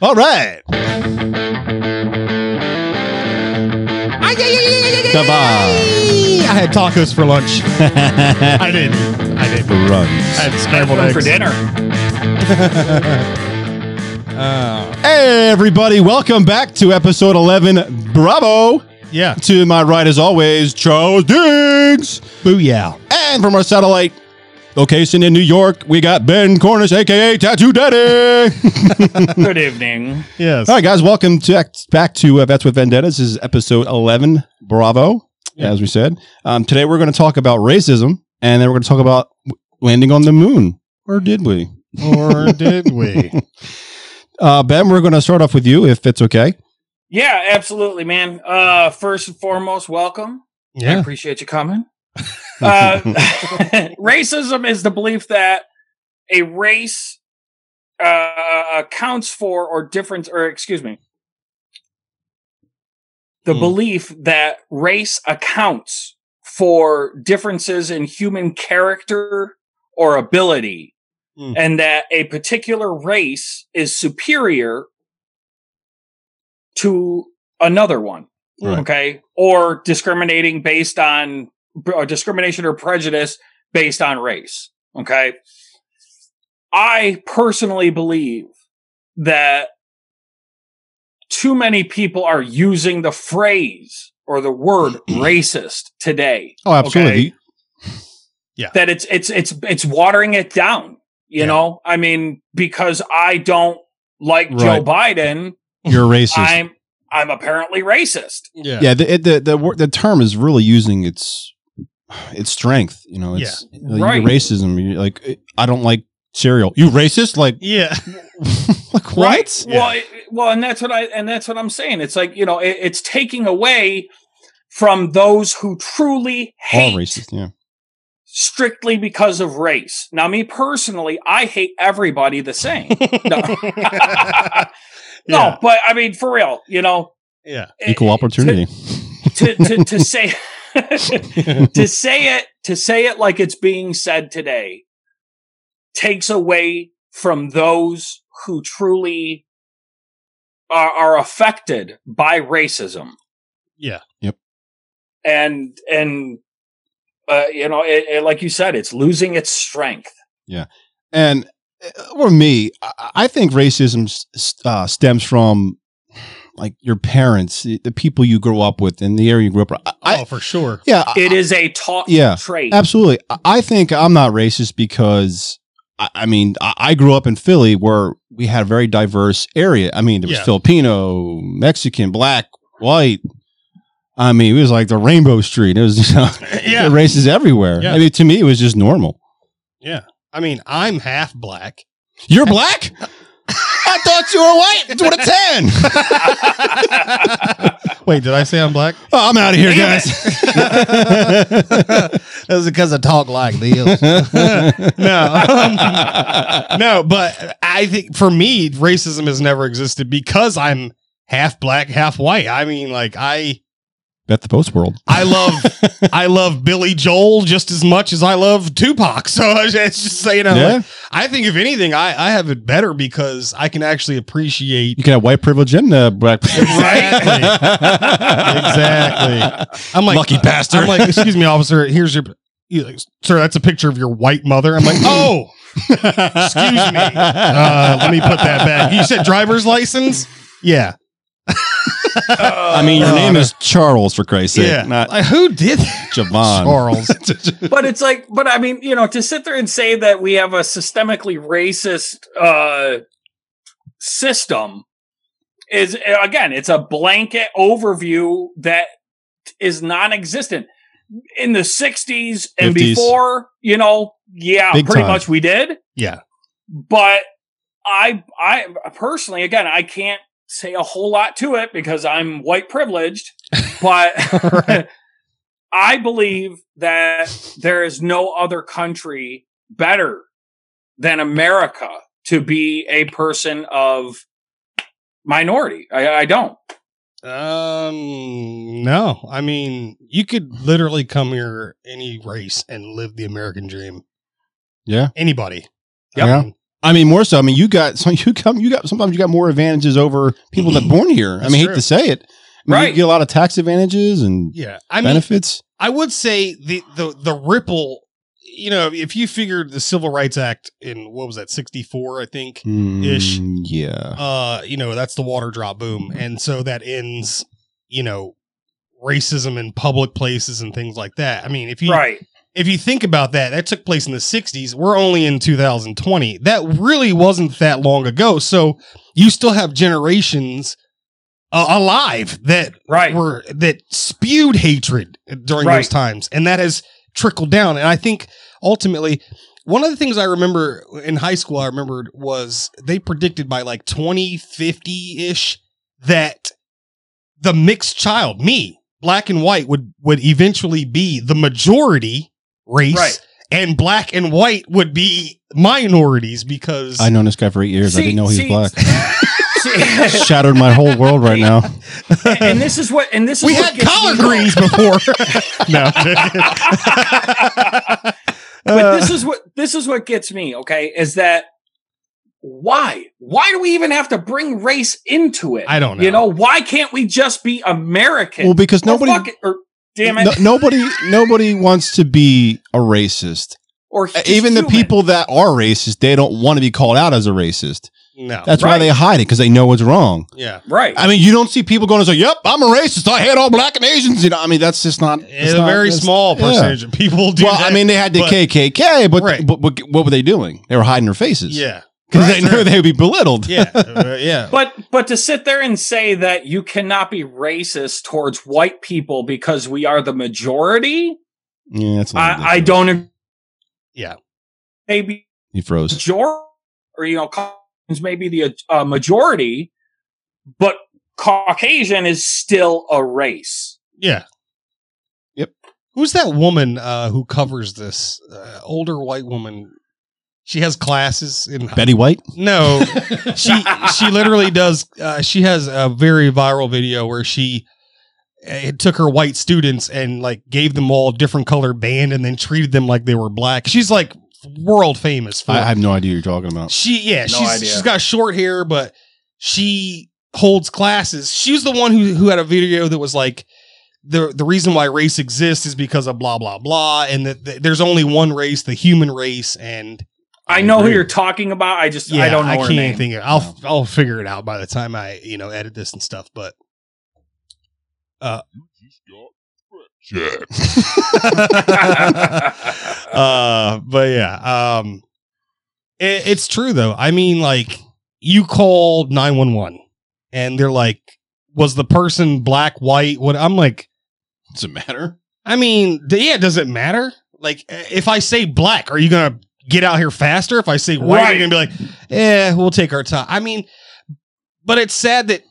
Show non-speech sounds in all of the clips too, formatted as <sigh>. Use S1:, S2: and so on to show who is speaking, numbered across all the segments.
S1: All right. Goodbye. I had tacos for lunch. I didn't. I didn't. I
S2: Runs.
S1: had scrambled
S3: Going
S1: eggs.
S3: for dinner.
S1: Hey, everybody. Welcome back to episode 11. Bravo.
S2: Yeah.
S1: To my right, as always, Charles Diggs.
S2: Booyah.
S1: And from our satellite location in New York, we got Ben Cornish, a.k.a. Tattoo Daddy. <laughs>
S3: Good evening.
S2: Yes.
S1: All right, guys, welcome to back to uh, Vets with Vendettas. This is episode 11. Bravo,
S2: Yeah.
S1: as we said. Um, today we're going to talk about racism, and then we're going to talk about w- landing on the moon. Or did we? <laughs>
S2: or did we?
S1: Uh, ben, we're going to start off with you, if it's okay.
S3: Yeah, absolutely, man. Uh, first and foremost, welcome. I
S2: <laughs> Yeah.
S3: appreciate you coming. Uh, <laughs> racism is the belief that a race uh, accounts for or difference, or excuse me, the
S1: Hmm.
S3: belief that race accounts for differences in human character or ability,
S1: Hmm.
S3: and that a particular race is superior to another one
S1: Right.
S3: okay or discriminating based on or discrimination or prejudice based on race okay i personally believe that too many people are using the phrase or the word racist today
S1: <laughs> Oh,
S3: absolutely. that it's it's it's it's watering it down you
S2: Yeah.
S3: know i mean because i don't like joe biden
S1: You're racist.
S3: i'm i'm apparently racist
S2: Yeah.
S1: yeah, the, it- the, the, wor- the term is really using its its strength. You know, it's like,
S3: Right.
S1: you're racism. You're like, I don't like cereal. You racist? Like, <laughs>
S2: Yeah.
S1: like what?
S3: Right?
S2: Yeah.
S3: Well, it, well, and that's what I and that's what I'm saying. It's like you know, it, it's taking away from those who truly
S1: All
S3: hate
S1: racist, yeah.
S3: strictly because of race. Now, me personally, I hate everybody the same. <laughs>
S2: <laughs>
S3: no,
S2: Yeah.
S3: no, but I mean, for real, you know,
S2: Yeah.
S1: Equal
S3: it-
S1: opportunity.
S3: to to, to
S2: <laughs>
S3: say <laughs> to say it to say it like it's being said today takes away from those who truly are, are affected by racism
S2: Yeah.
S1: Yep.
S3: and and uh, you know it, it- like you said it's losing its strength
S1: <laughs> And uh, for me, I- I think racism s- s- uh, stems from like your parents, the the people you grow up with, and the area you grew up. I, I,
S2: oh, for sure.
S1: yeah, I-
S3: It is a taught
S1: Uh, Yeah,
S3: trait
S1: absolutely. I- I think I'm not racist because. I- I mean, I- I grew up in Philly where we had a very diverse area. I mean, there was
S2: Yeah.
S1: Filipino, Mexican, black, white. I mean, it was like the Rainbow Street. It was, <laughs> you know,
S2: <laughs> Yeah.
S1: races everywhere.
S2: Yeah.
S1: I mean, to me, it was just normal.
S2: I mean, I'm half black. <laughs>
S1: You're black? I thought you were white. It's what a 10.
S2: Wait, did I say I'm <laughs> black?
S1: Oh, I'm out of here,
S3: Damn
S1: guys.
S2: that was because I talk like this. no. <laughs> no, but I think for me, racism has never existed because I'm half black, half white. I mean, like I
S1: <laughs> Bet the post world.
S2: I love I love Billy Joel just as much as I love Tupac. <laughs> So it's just you know,
S1: yeah.
S2: like, I think if anything, I I have it better because I can actually
S1: <laughs>
S2: appreciate
S1: You can have white privilege and uh, black privilege.
S2: Exactly. Exactly. I'm like uh,
S1: Lucky bastard.
S2: I'm like, excuse me, officer. Here's your. He's like, Sir, that's a picture of your white mother. I'm like, oh, excuse me.
S1: <laughs>
S2: Uh, let me put that back. You said driver's license? Yeah.
S1: I mean, your
S2: Uh,
S1: name is Charles, for Christ's sake,
S2: yeah.
S1: not
S2: Like, who did that?
S1: Javon.
S2: Charles?
S3: but it's like but i mean you know to sit there and say that we have a systemically racist uh system is again it's a blanket overview that is non-existent in the 60s
S1: 50s.
S3: and before you know yeah
S1: Big
S3: pretty
S1: time.
S3: much we did
S2: Yeah.
S3: but i i personally again i can't say a whole lot to it because i'm
S2: <laughs>
S3: white privileged but
S2: Right.
S3: <laughs> I believe that there is no other country better than America to be a person of minority. I, I don't.
S2: Um, no. I mean, you could literally come here any race and live the American dream.
S1: Yeah.
S2: Anybody.
S1: Yeah.
S2: I mean,
S1: I mean, more so. I mean, you got some. You come. You got sometimes you got more advantages over people that born here. I
S2: That's
S1: mean,
S2: true.
S1: hate to say it. I mean, You
S3: Right.
S1: get a lot of tax advantages and
S2: Yeah, I mean,
S1: benefits.
S2: I would say the the the ripple. You know, if you figured the Civil Rights Act in what was that sixty four, I think. ish.
S1: Mm, Yeah.
S2: Uh, you know, that's the water drop boom, and so that ends. You know, racism in public places and things like that. I mean, if you
S3: Right.
S2: if you think about that, that took place in the 60s. We're only in 2020. That really wasn't that long ago. So you still have generations uh, alive that <laughs>
S3: Right.
S2: were that spewed hatred during
S3: Right.
S2: those times, and that has trickled down. And I think ultimately, one of the things I remember in high school, I remembered was they predicted by like 2050 ish that the mixed child, me, black and white, would would eventually be the majority race,
S3: Right.
S2: and black and white would be minorities because
S1: I known this guy for eight years. I
S3: See-
S1: didn't know he
S3: see-
S1: was
S3: <laughs> See-
S1: black. Shattered my whole world right
S3: <laughs>
S1: now.
S3: and, and this is what and this is
S2: we
S3: what
S2: had
S3: gets
S2: collard
S3: me-
S2: greens before. no.
S1: <laughs> Uh,
S3: but this is what this is what gets me okay is that why why do we even have to bring race into it
S2: I don't know.
S3: you know why can't we just be american
S1: Well, because
S3: Or
S1: nobody,
S3: fucking- or damn Oh, it
S1: no- nobody, nobody wants to be a racist.
S3: or
S1: Uh,
S3: just
S1: Even the
S3: human.
S1: people that are racist, they don't want to be called out as a racist.
S2: no.
S1: That's why
S3: Right.
S1: they hide it because they know it's wrong.
S2: Yeah.
S3: right
S1: I mean, you don't see people going and say, "Yep, I'm a racist. I hate all black and Asians." You know, I mean, that's just not.
S2: It's
S1: that's
S2: a
S1: not-
S2: very
S1: that's-
S2: small
S1: yeah.
S2: percentage of people do
S1: well,
S2: that.
S1: I mean, they had the
S2: but-
S1: KKK, but,
S2: Right.
S1: but, but what were they doing? They were hiding their faces. <laughs>
S2: yeah.
S1: because
S2: Right,
S1: they knew
S2: sure.
S1: they would be belittled.
S2: Yeah. uh, yeah.
S3: but but to sit there and say that you cannot be racist towards white people because we are the majority
S1: yeah, that's. a little
S3: i, I
S1: ridiculous.
S3: don't ag-
S2: Yeah.
S3: maybe
S1: He froze.
S3: majority or you know Caucasians may be the uh, majority but caucasian is still a race
S2: Yeah.
S1: Yep.
S2: Who's that woman uh, who covers this? Uh, older white woman. She has classes in.
S1: Betty White.
S2: <laughs> no, she she literally does. Uh, she has a very viral video where she uh, took her white students and like gave them all a different color band and then treated them like they were black. She's like world famous for
S1: I have no idea what you're talking about.
S2: She yeah,
S3: No
S2: she's
S3: idea.
S2: she's got short hair, but she holds classes. She was the one who who had a video that was like the the reason why race exists is because of blah blah blah, and that that there's only one race, the human race, and
S3: i know who
S1: agree.
S3: you're talking about i just
S2: yeah,
S3: i don't know
S2: I
S3: her
S2: can't
S3: name
S2: think. Of, I'll I'll figure it out by the time I you know edit this and stuff, but.
S3: <laughs>
S2: Uh, <laughs> uh, but yeah, um, it, it's true though. I mean, like you called nine one one, and they're like, "Was the person black, white?" What I'm like,
S1: Does it matter?
S2: I mean, d- yeah, does it matter? Like, eh, if I say black, are you gonna get out here faster? If I say white,
S3: Right.
S2: you're gonna be like, "Eh, we'll take our time." I mean, but it's sad that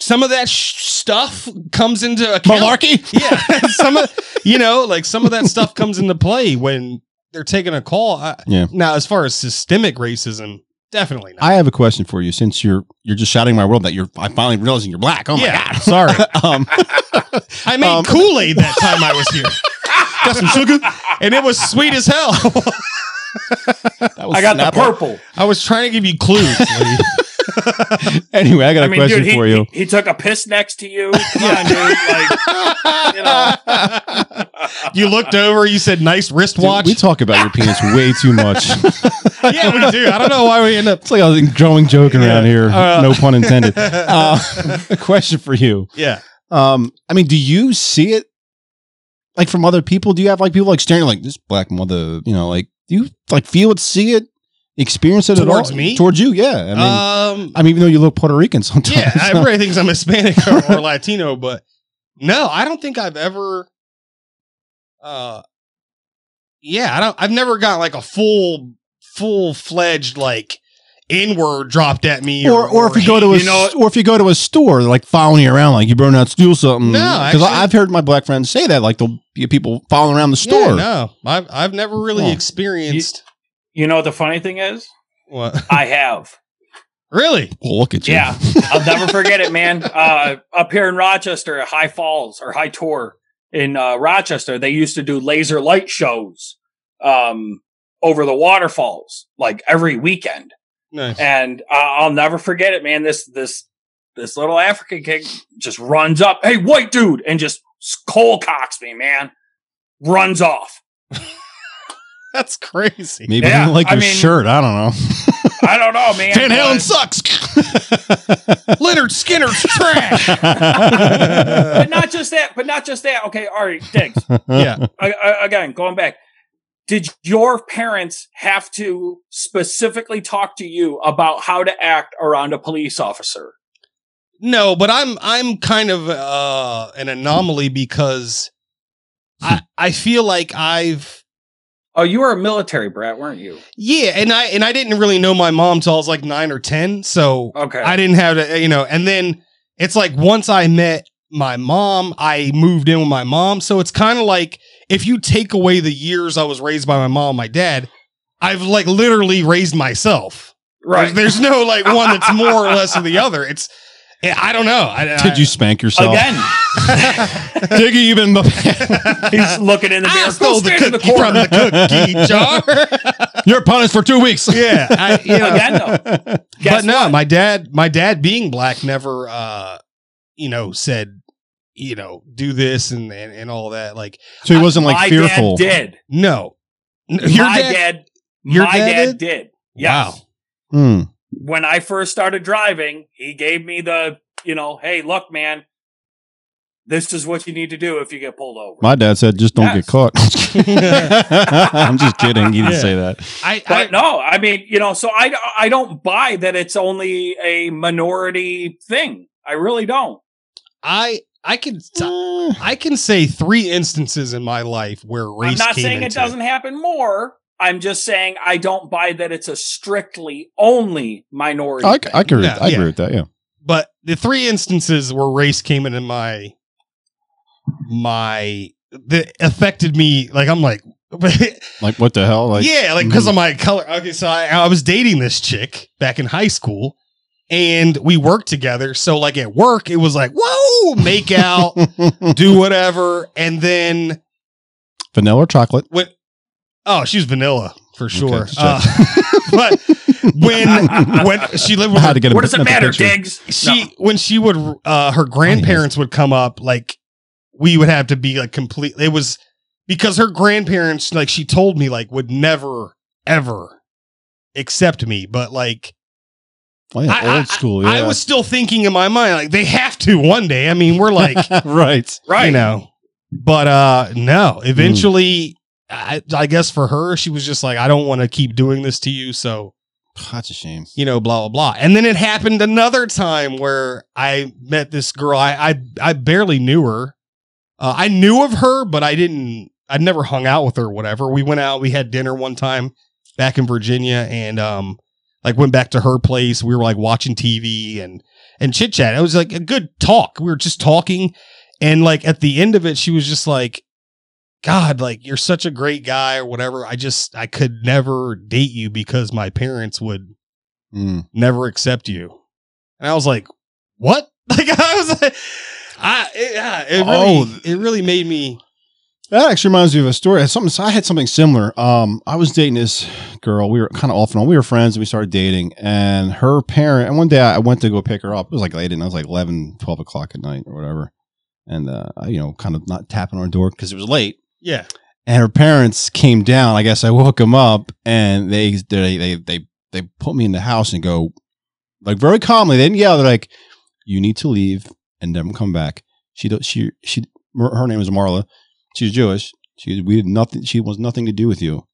S2: some of that sh- stuff comes into account
S1: Malarkey.
S2: <laughs> yeah some of you know like some of that stuff comes into play when they're taking a call I,
S1: Yeah.
S2: now as far as systemic racism definitely not
S1: I have a question for you since you're you're just shouting my world that you're I'm finally realizing you're black. Oh my
S2: Yeah,
S1: god. Sorry. <laughs> um
S2: <laughs> i made
S1: um,
S2: kool-aid that time i was here got some sugar and it was sweet as hell <laughs>
S1: that was
S3: i got the
S1: snap-
S3: purple
S2: i was trying to give you clues Lee.
S1: Anyway, I got a
S3: i mean
S1: question
S3: dude he,
S1: for you.
S3: he, he took a piss next to you Come on, dude. Like,
S2: <laughs> you looked over you said nice
S1: Dude,
S2: wristwatch
S1: we talk about your penis way too much.
S2: yeah we do <laughs> i don't know why we end up
S1: it's like a growing joke around
S2: Yeah.
S1: here.
S2: Uh,
S1: no pun
S2: <laughs>
S1: intended. <laughs> Uh, <laughs> a question for you.
S2: yeah
S1: Um, I mean, do you see it like from other people? Do you have like people like staring like this black mother? You know, like do you like feel it, see it, experience it
S2: Towards
S1: at all?
S2: me?
S1: towards you? Yeah. I mean,
S2: um
S1: I mean, even though you look Puerto Rican <laughs> sometimes.
S2: yeah, everybody thinks I'm Hispanic or, or Latino, but no, I don't think I've ever. Uh, yeah, I don't. I've never gotten like a full, full fledged like N word dropped at
S1: <laughs>
S2: me,
S1: or, or if you go to a
S3: You know-
S1: or if you go to a store, they're, like following you around, like you better not steal something.
S2: No,
S1: because
S2: actually-
S1: I've heard my black friends say that, like there'll be people following around the
S2: Yeah,
S1: store.
S2: no, I've I've never really
S1: Huh.
S2: experienced
S3: you know what the funny thing is
S2: what <laughs>
S3: i have
S2: really.
S1: Well, Oh, look at you.
S3: Yeah, I'll never forget it, man. Uh, up here in Rochester, at High Falls or High Tor in uh, Rochester, they used to do laser light shows um, over the waterfalls like every weekend.
S2: Nice.
S1: Eh.
S3: And uh, I'll never forget it, man. This this this little African kid just runs up, hey white dude, and just cold cocks me, man. Runs off.
S2: That's crazy.
S1: Maybe
S3: Yeah,
S1: they didn't like
S3: I
S1: your
S3: mean-
S1: shirt. I don't know.
S3: I don't know, man.
S1: Van Halen
S3: but-
S1: sucks. <laughs>
S2: Leonard Skinner's trash.
S3: but not just that. But not just that. Okay, all right, Diggs.
S2: <laughs> Yeah.
S3: I, I, again, going back, did your parents have to specifically talk to you about how to act around a police officer?
S2: No, but I'm I'm kind of uh, an anomaly because I I feel like I've
S3: Oh, you were a military brat, weren't you?
S2: yeah, and I and I didn't really know my mom till I was like nine or ten, so
S3: Okay.
S2: I didn't have to you know. And then it's like once I met my mom, I moved in with my mom, so it's kind of like if you take away the years I was raised by my mom, and my dad, I've like literally raised myself.
S3: right.
S2: There's, there's no like one that's more or less than the other. It's I don't know. I,
S1: Did you spank yourself?
S3: Again,
S1: Diggy, you've been. <laughs>
S2: <laughs>
S3: he's looking in the mirror.
S2: I
S3: Go
S2: stole the
S3: stand in the
S2: cookie from
S3: corner.
S2: the cookie jar.
S1: You're punished for two weeks.
S2: yeah, I, you know,
S3: <laughs> Again, though. Guess
S2: but no,
S3: what?
S2: my dad, my dad being black, never, uh, you know, said, you know, do this and and, and all that. Like,
S1: So he wasn't like
S3: my
S1: fearful.
S3: Dad
S2: no, N-
S3: did. my dad,
S2: your
S3: my
S2: dad
S3: dad,
S2: did?
S3: did. Yes.
S2: Wow.
S1: Hmm.
S3: when I first started driving, he gave me the, you know, hey, look, man, this is what you need to do if you get pulled over.
S1: My dad said, "Just don't
S3: Yes.
S1: get caught." <laughs>
S3: <laughs>
S1: I'm just kidding. He didn't say that.
S2: I, I
S3: but no, I mean, you know, so I, I don't buy that it's only a minority thing. I really don't.
S2: I I can I can say three instances in my life where race.
S3: I'm not
S2: came
S3: saying it
S2: into
S3: doesn't happen more. I'm just saying I don't buy that it's a strictly only minority.
S1: I,
S3: thing.
S1: I, agree,
S2: Yeah,
S1: I agree
S2: yeah.
S1: with that. Yeah.
S2: but the three instances where race came into my my that affected me like i'm like <laughs>
S1: Like what the hell? Like
S2: yeah like because of my color okay so I, I was dating this chick back in high school and we worked together so like at work it was like whoa make out do whatever and then
S1: <laughs> vanilla or chocolate?
S2: when oh she's vanilla for sure
S1: just
S2: Uh, <laughs> but
S1: <laughs>
S2: when <laughs> when she lived with
S1: How
S2: her
S1: to get a
S3: what does it
S1: another
S3: matter,
S1: picture.
S3: Diggs?
S2: she when she would uh her grandparents would come up like we would have to be like complete it was because her grandparents like she told me like would never ever accept me but like
S1: Oh, yeah,
S2: I- I-
S1: old school. Yeah.
S2: i was still thinking in my mind like they have to one day i mean we're like
S1: <laughs> <laughs>
S2: <laughs>
S1: right.
S3: Right.
S2: you know but uh no
S1: Hmm.
S2: eventually I, I guess for her she was just like i don't want to keep doing this to you so
S1: That's a shame.
S2: you know, blah blah blah. And then it happened another time where I met this girl. I I, I barely knew her. Uh, I knew of her, but I didn't. I'd never hung out with her. Or whatever. We went out. We had dinner one time back in Virginia, and um, like went back to her place. We were like watching TV and and chit chat. It was like a good talk. We were just talking, and like at the end of it, she was just like. God, like you're such a great guy or whatever. I just I could never date you because my parents would
S1: Mm.
S2: never accept you. And I was like, what? <laughs> Like I was like, I it, yeah, it really,
S1: Oh.
S2: it really made me.
S1: That actually reminds me of a story. I had something. I had something similar. Um, I was dating this girl. We were kind of off and on. We were friends, and we started dating. And her parent. And one day, I went to go pick her up. It was like late, and I was like 11, 12 o'clock at night or whatever. And uh, I, you know, kind of not tapping on her door because it was late.
S2: Yeah,
S1: and her parents came down. I guess I woke them up, and they they they they they put me in the house and go like very calmly. They didn't yell. They're like, "You need to leave and never come back." She don't- she she her name is Marla. She's Jewish. She we did nothing. She wants nothing to do with you.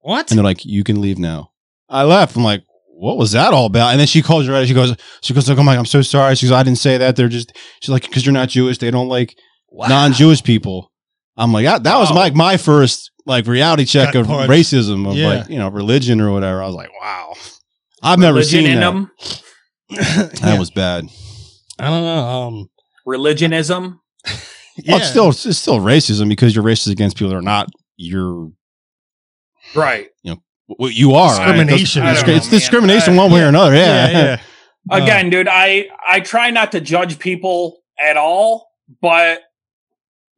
S2: what?
S1: And they're like, "You can leave now." I left. I'm like, "What was that all about?" And then she calls her out. She goes, "She goes like, "Oh I'm like, I'm so sorry." She goes, "I didn't say that. They're just." She's like, "Because you're not Jewish. They don't like."
S2: Wow.
S1: non-Jewish people. I'm like, that, that was
S3: Wow.
S1: like my first like reality check
S2: Gut
S1: of
S2: punch.
S1: racism of
S2: Yeah.
S1: like you know religion or whatever. I was like, wow, I've never
S3: Religion
S1: seen
S3: in
S1: that.
S3: them.
S1: <laughs> That
S2: Yeah.
S1: was bad. Oh,
S2: I don't know. Um,
S3: Religionism.
S1: Well, it's still it's still racism because you're racist against people that are not your
S3: Right.
S1: what you are. right?
S2: Discrimination.
S1: It's,
S2: I don't
S1: it's
S3: know, man.
S1: discrimination
S3: I-
S1: one way or another. Yeah.
S2: yeah, yeah.
S3: again dude i i try not to judge people at all but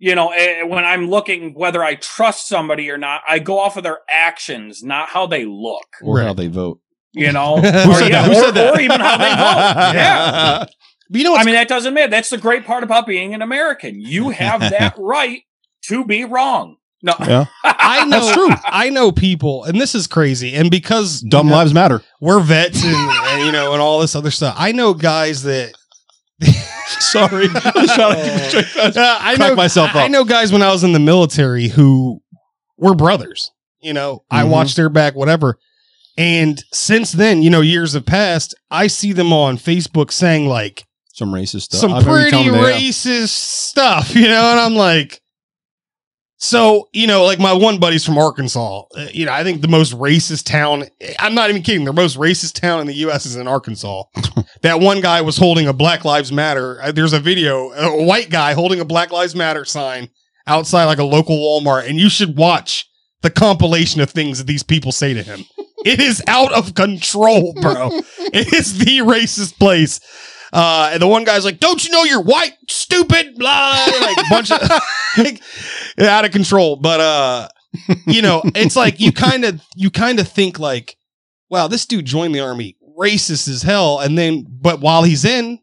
S3: you know, eh, when I'm looking whether I trust somebody or not, I go off of their actions, not how they look.
S1: <laughs> or how
S2: Right.
S1: they vote.
S3: You
S2: <laughs>
S3: know,
S2: Who
S3: or,
S2: said
S3: yeah,
S2: that? Who
S3: or-
S2: said that?
S3: or even how
S1: <laughs>
S2: <laughs>
S3: they vote. Yeah.
S2: But you know
S3: I
S2: what's
S3: mean, that doesn't matter. That's the great part about being an American.
S2: <laughs>
S3: You have that right to be wrong. No,
S1: Yeah.
S2: I know
S1: That's true.
S2: I know people, and this is crazy. And because
S1: Dumb
S2: you know,
S1: lives matter. <laughs>
S2: we're vets and, and, you know and all this other stuff. I know guys that
S1: Sorry. I was trying to- <laughs>
S2: Uh, <laughs> I
S1: Crack
S2: know
S1: myself
S2: I- I
S1: up.
S2: know guys when I was in the military who were brothers. You know, I
S1: Mhm.
S2: watched their back, whatever. And since then, you know, years have passed. I see them on Facebook saying like
S1: Some racist stuff.
S2: some
S1: I've already
S2: pretty
S1: told them they-
S2: racist stuff, <laughs> you know, and I'm like, so you know, like my one buddy's from Arkansas. Uh, you know, I think the most racist town. I'm not even kidding. The most racist town in the U.S. is in Arkansas. that one guy was holding a Black Lives Matter. uh, There's a video, a white guy holding a Black Lives Matter sign outside like a local Walmart, and you should watch the compilation of things that these people say to him. It is out of control, bro. it is the racist place. Uh, and the one guy's like, "Don't you know you're white, stupid?" Blah, like bunch of <laughs> like, out of control. But uh, you know, it's like you kind of you kind of think like, "Wow, this dude joined the army, racist as hell," and then but while he's in,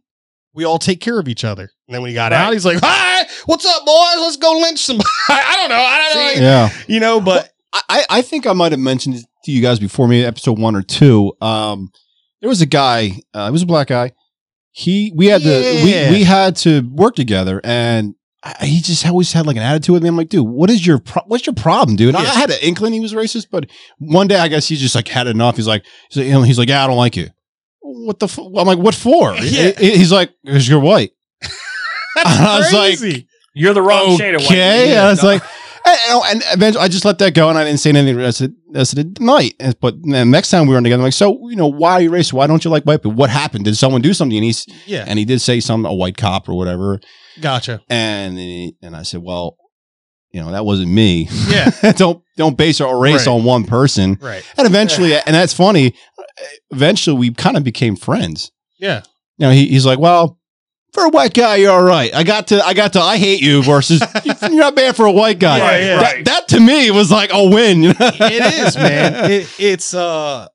S2: we all take care of each other. And then when he got
S3: Right.
S2: out, he's like, "Hi, what's up, boys? Let's go lynch somebody." <laughs> I don't know. I don't know. like,
S1: Yeah.
S2: You know, but
S1: I- I, I think I might have mentioned it to you guys before, maybe episode one or two. Um, there was a guy. Uh, it was a black guy. He we had
S2: Yeah.
S1: to we, we had to work together, and I, he just always had like an attitude with me. I'm like, dude, what is your pro- what's your problem, dude? And I,
S2: Yeah.
S1: I had an inkling he was racist, but one day I guess he just like had enough. He's like, he's like, you know, he's like, yeah, I don't like you. What the? F-? I'm like, what for?
S2: <laughs> Yeah.
S1: He- He's like, because you're white.
S2: that's
S1: I was like,
S2: crazy.
S3: you're the wrong shade of white.
S1: Okay,
S3: Yeah,
S1: and I was
S3: no.
S1: like, and, and eventually I just let that go, and I didn't say anything. I said, I said, night. And- But then next time we were together, I'm like, so you know, why are you racist? Why don't you like white people? What happened? Did someone do something? And he's
S2: yeah,
S1: and he did say something, a white cop or whatever.
S2: <laughs> gotcha.
S1: And he- and I said, well, you know, that wasn't me. <laughs>
S2: Yeah,
S1: don't don't base our race
S2: Right.
S1: on one person.
S2: <laughs> right.
S1: And eventually, and that's funny. Eventually, we kind of became friends
S2: Yeah,
S1: you know, he, he's like, well, for a white guy, you're all right. I got to, I got to, I hate you versus you're not bad for a white guy.
S3: Right,
S1: that,
S3: right.
S1: that to me was like a win. <laughs> you know?
S2: it is, man. <laughs> It, it's uh,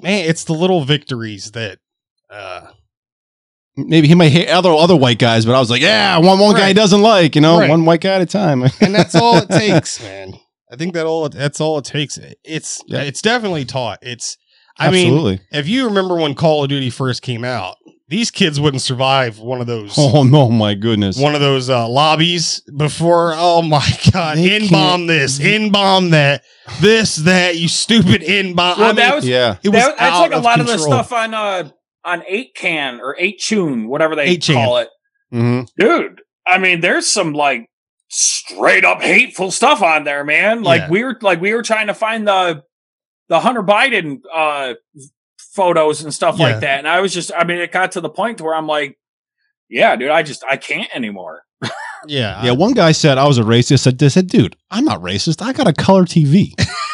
S2: man, it's the little victories that uh,
S1: Maybe he might hate other other white guys, but I was like, yeah, one one guy he
S2: Right.
S1: doesn't like, you know,
S2: Right.
S1: one white guy at a time. <laughs>
S2: and that's all it <laughs> takes, man. I think that all that's all it takes. It's
S1: Yeah.
S2: it's definitely taught. It's I mean,
S1: Absolutely.
S2: if you remember when Call of Duty first came out, these kids wouldn't survive one of those <laughs>
S1: oh no, my goodness.
S2: one of those uh, lobbies before. Oh my <laughs> god,
S1: They
S2: in bomb this, in bomb that, this that you stupid in bomb.
S3: Well, that was-
S1: yeah,
S2: it was
S3: That- that's like
S2: out
S3: a lot of the
S2: control.
S3: stuff on uh on eight can or eight tune, whatever they
S2: 8chan.
S3: call it.
S1: hmm
S3: Dude, I mean, there's some like straight up hateful stuff on there, man. Like
S2: Yeah.
S3: we were like we were trying to find the the Hunter Biden uh photos and stuff
S2: Yeah.
S3: like that. And I was just I mean, it got to the point where I'm like, Yeah, dude, I just I can't
S2: <laughs>
S3: anymore.
S2: Yeah,
S1: yeah. One guy said I was a racist. I just said, dude, I'm not racist. I got a color TV. <laughs>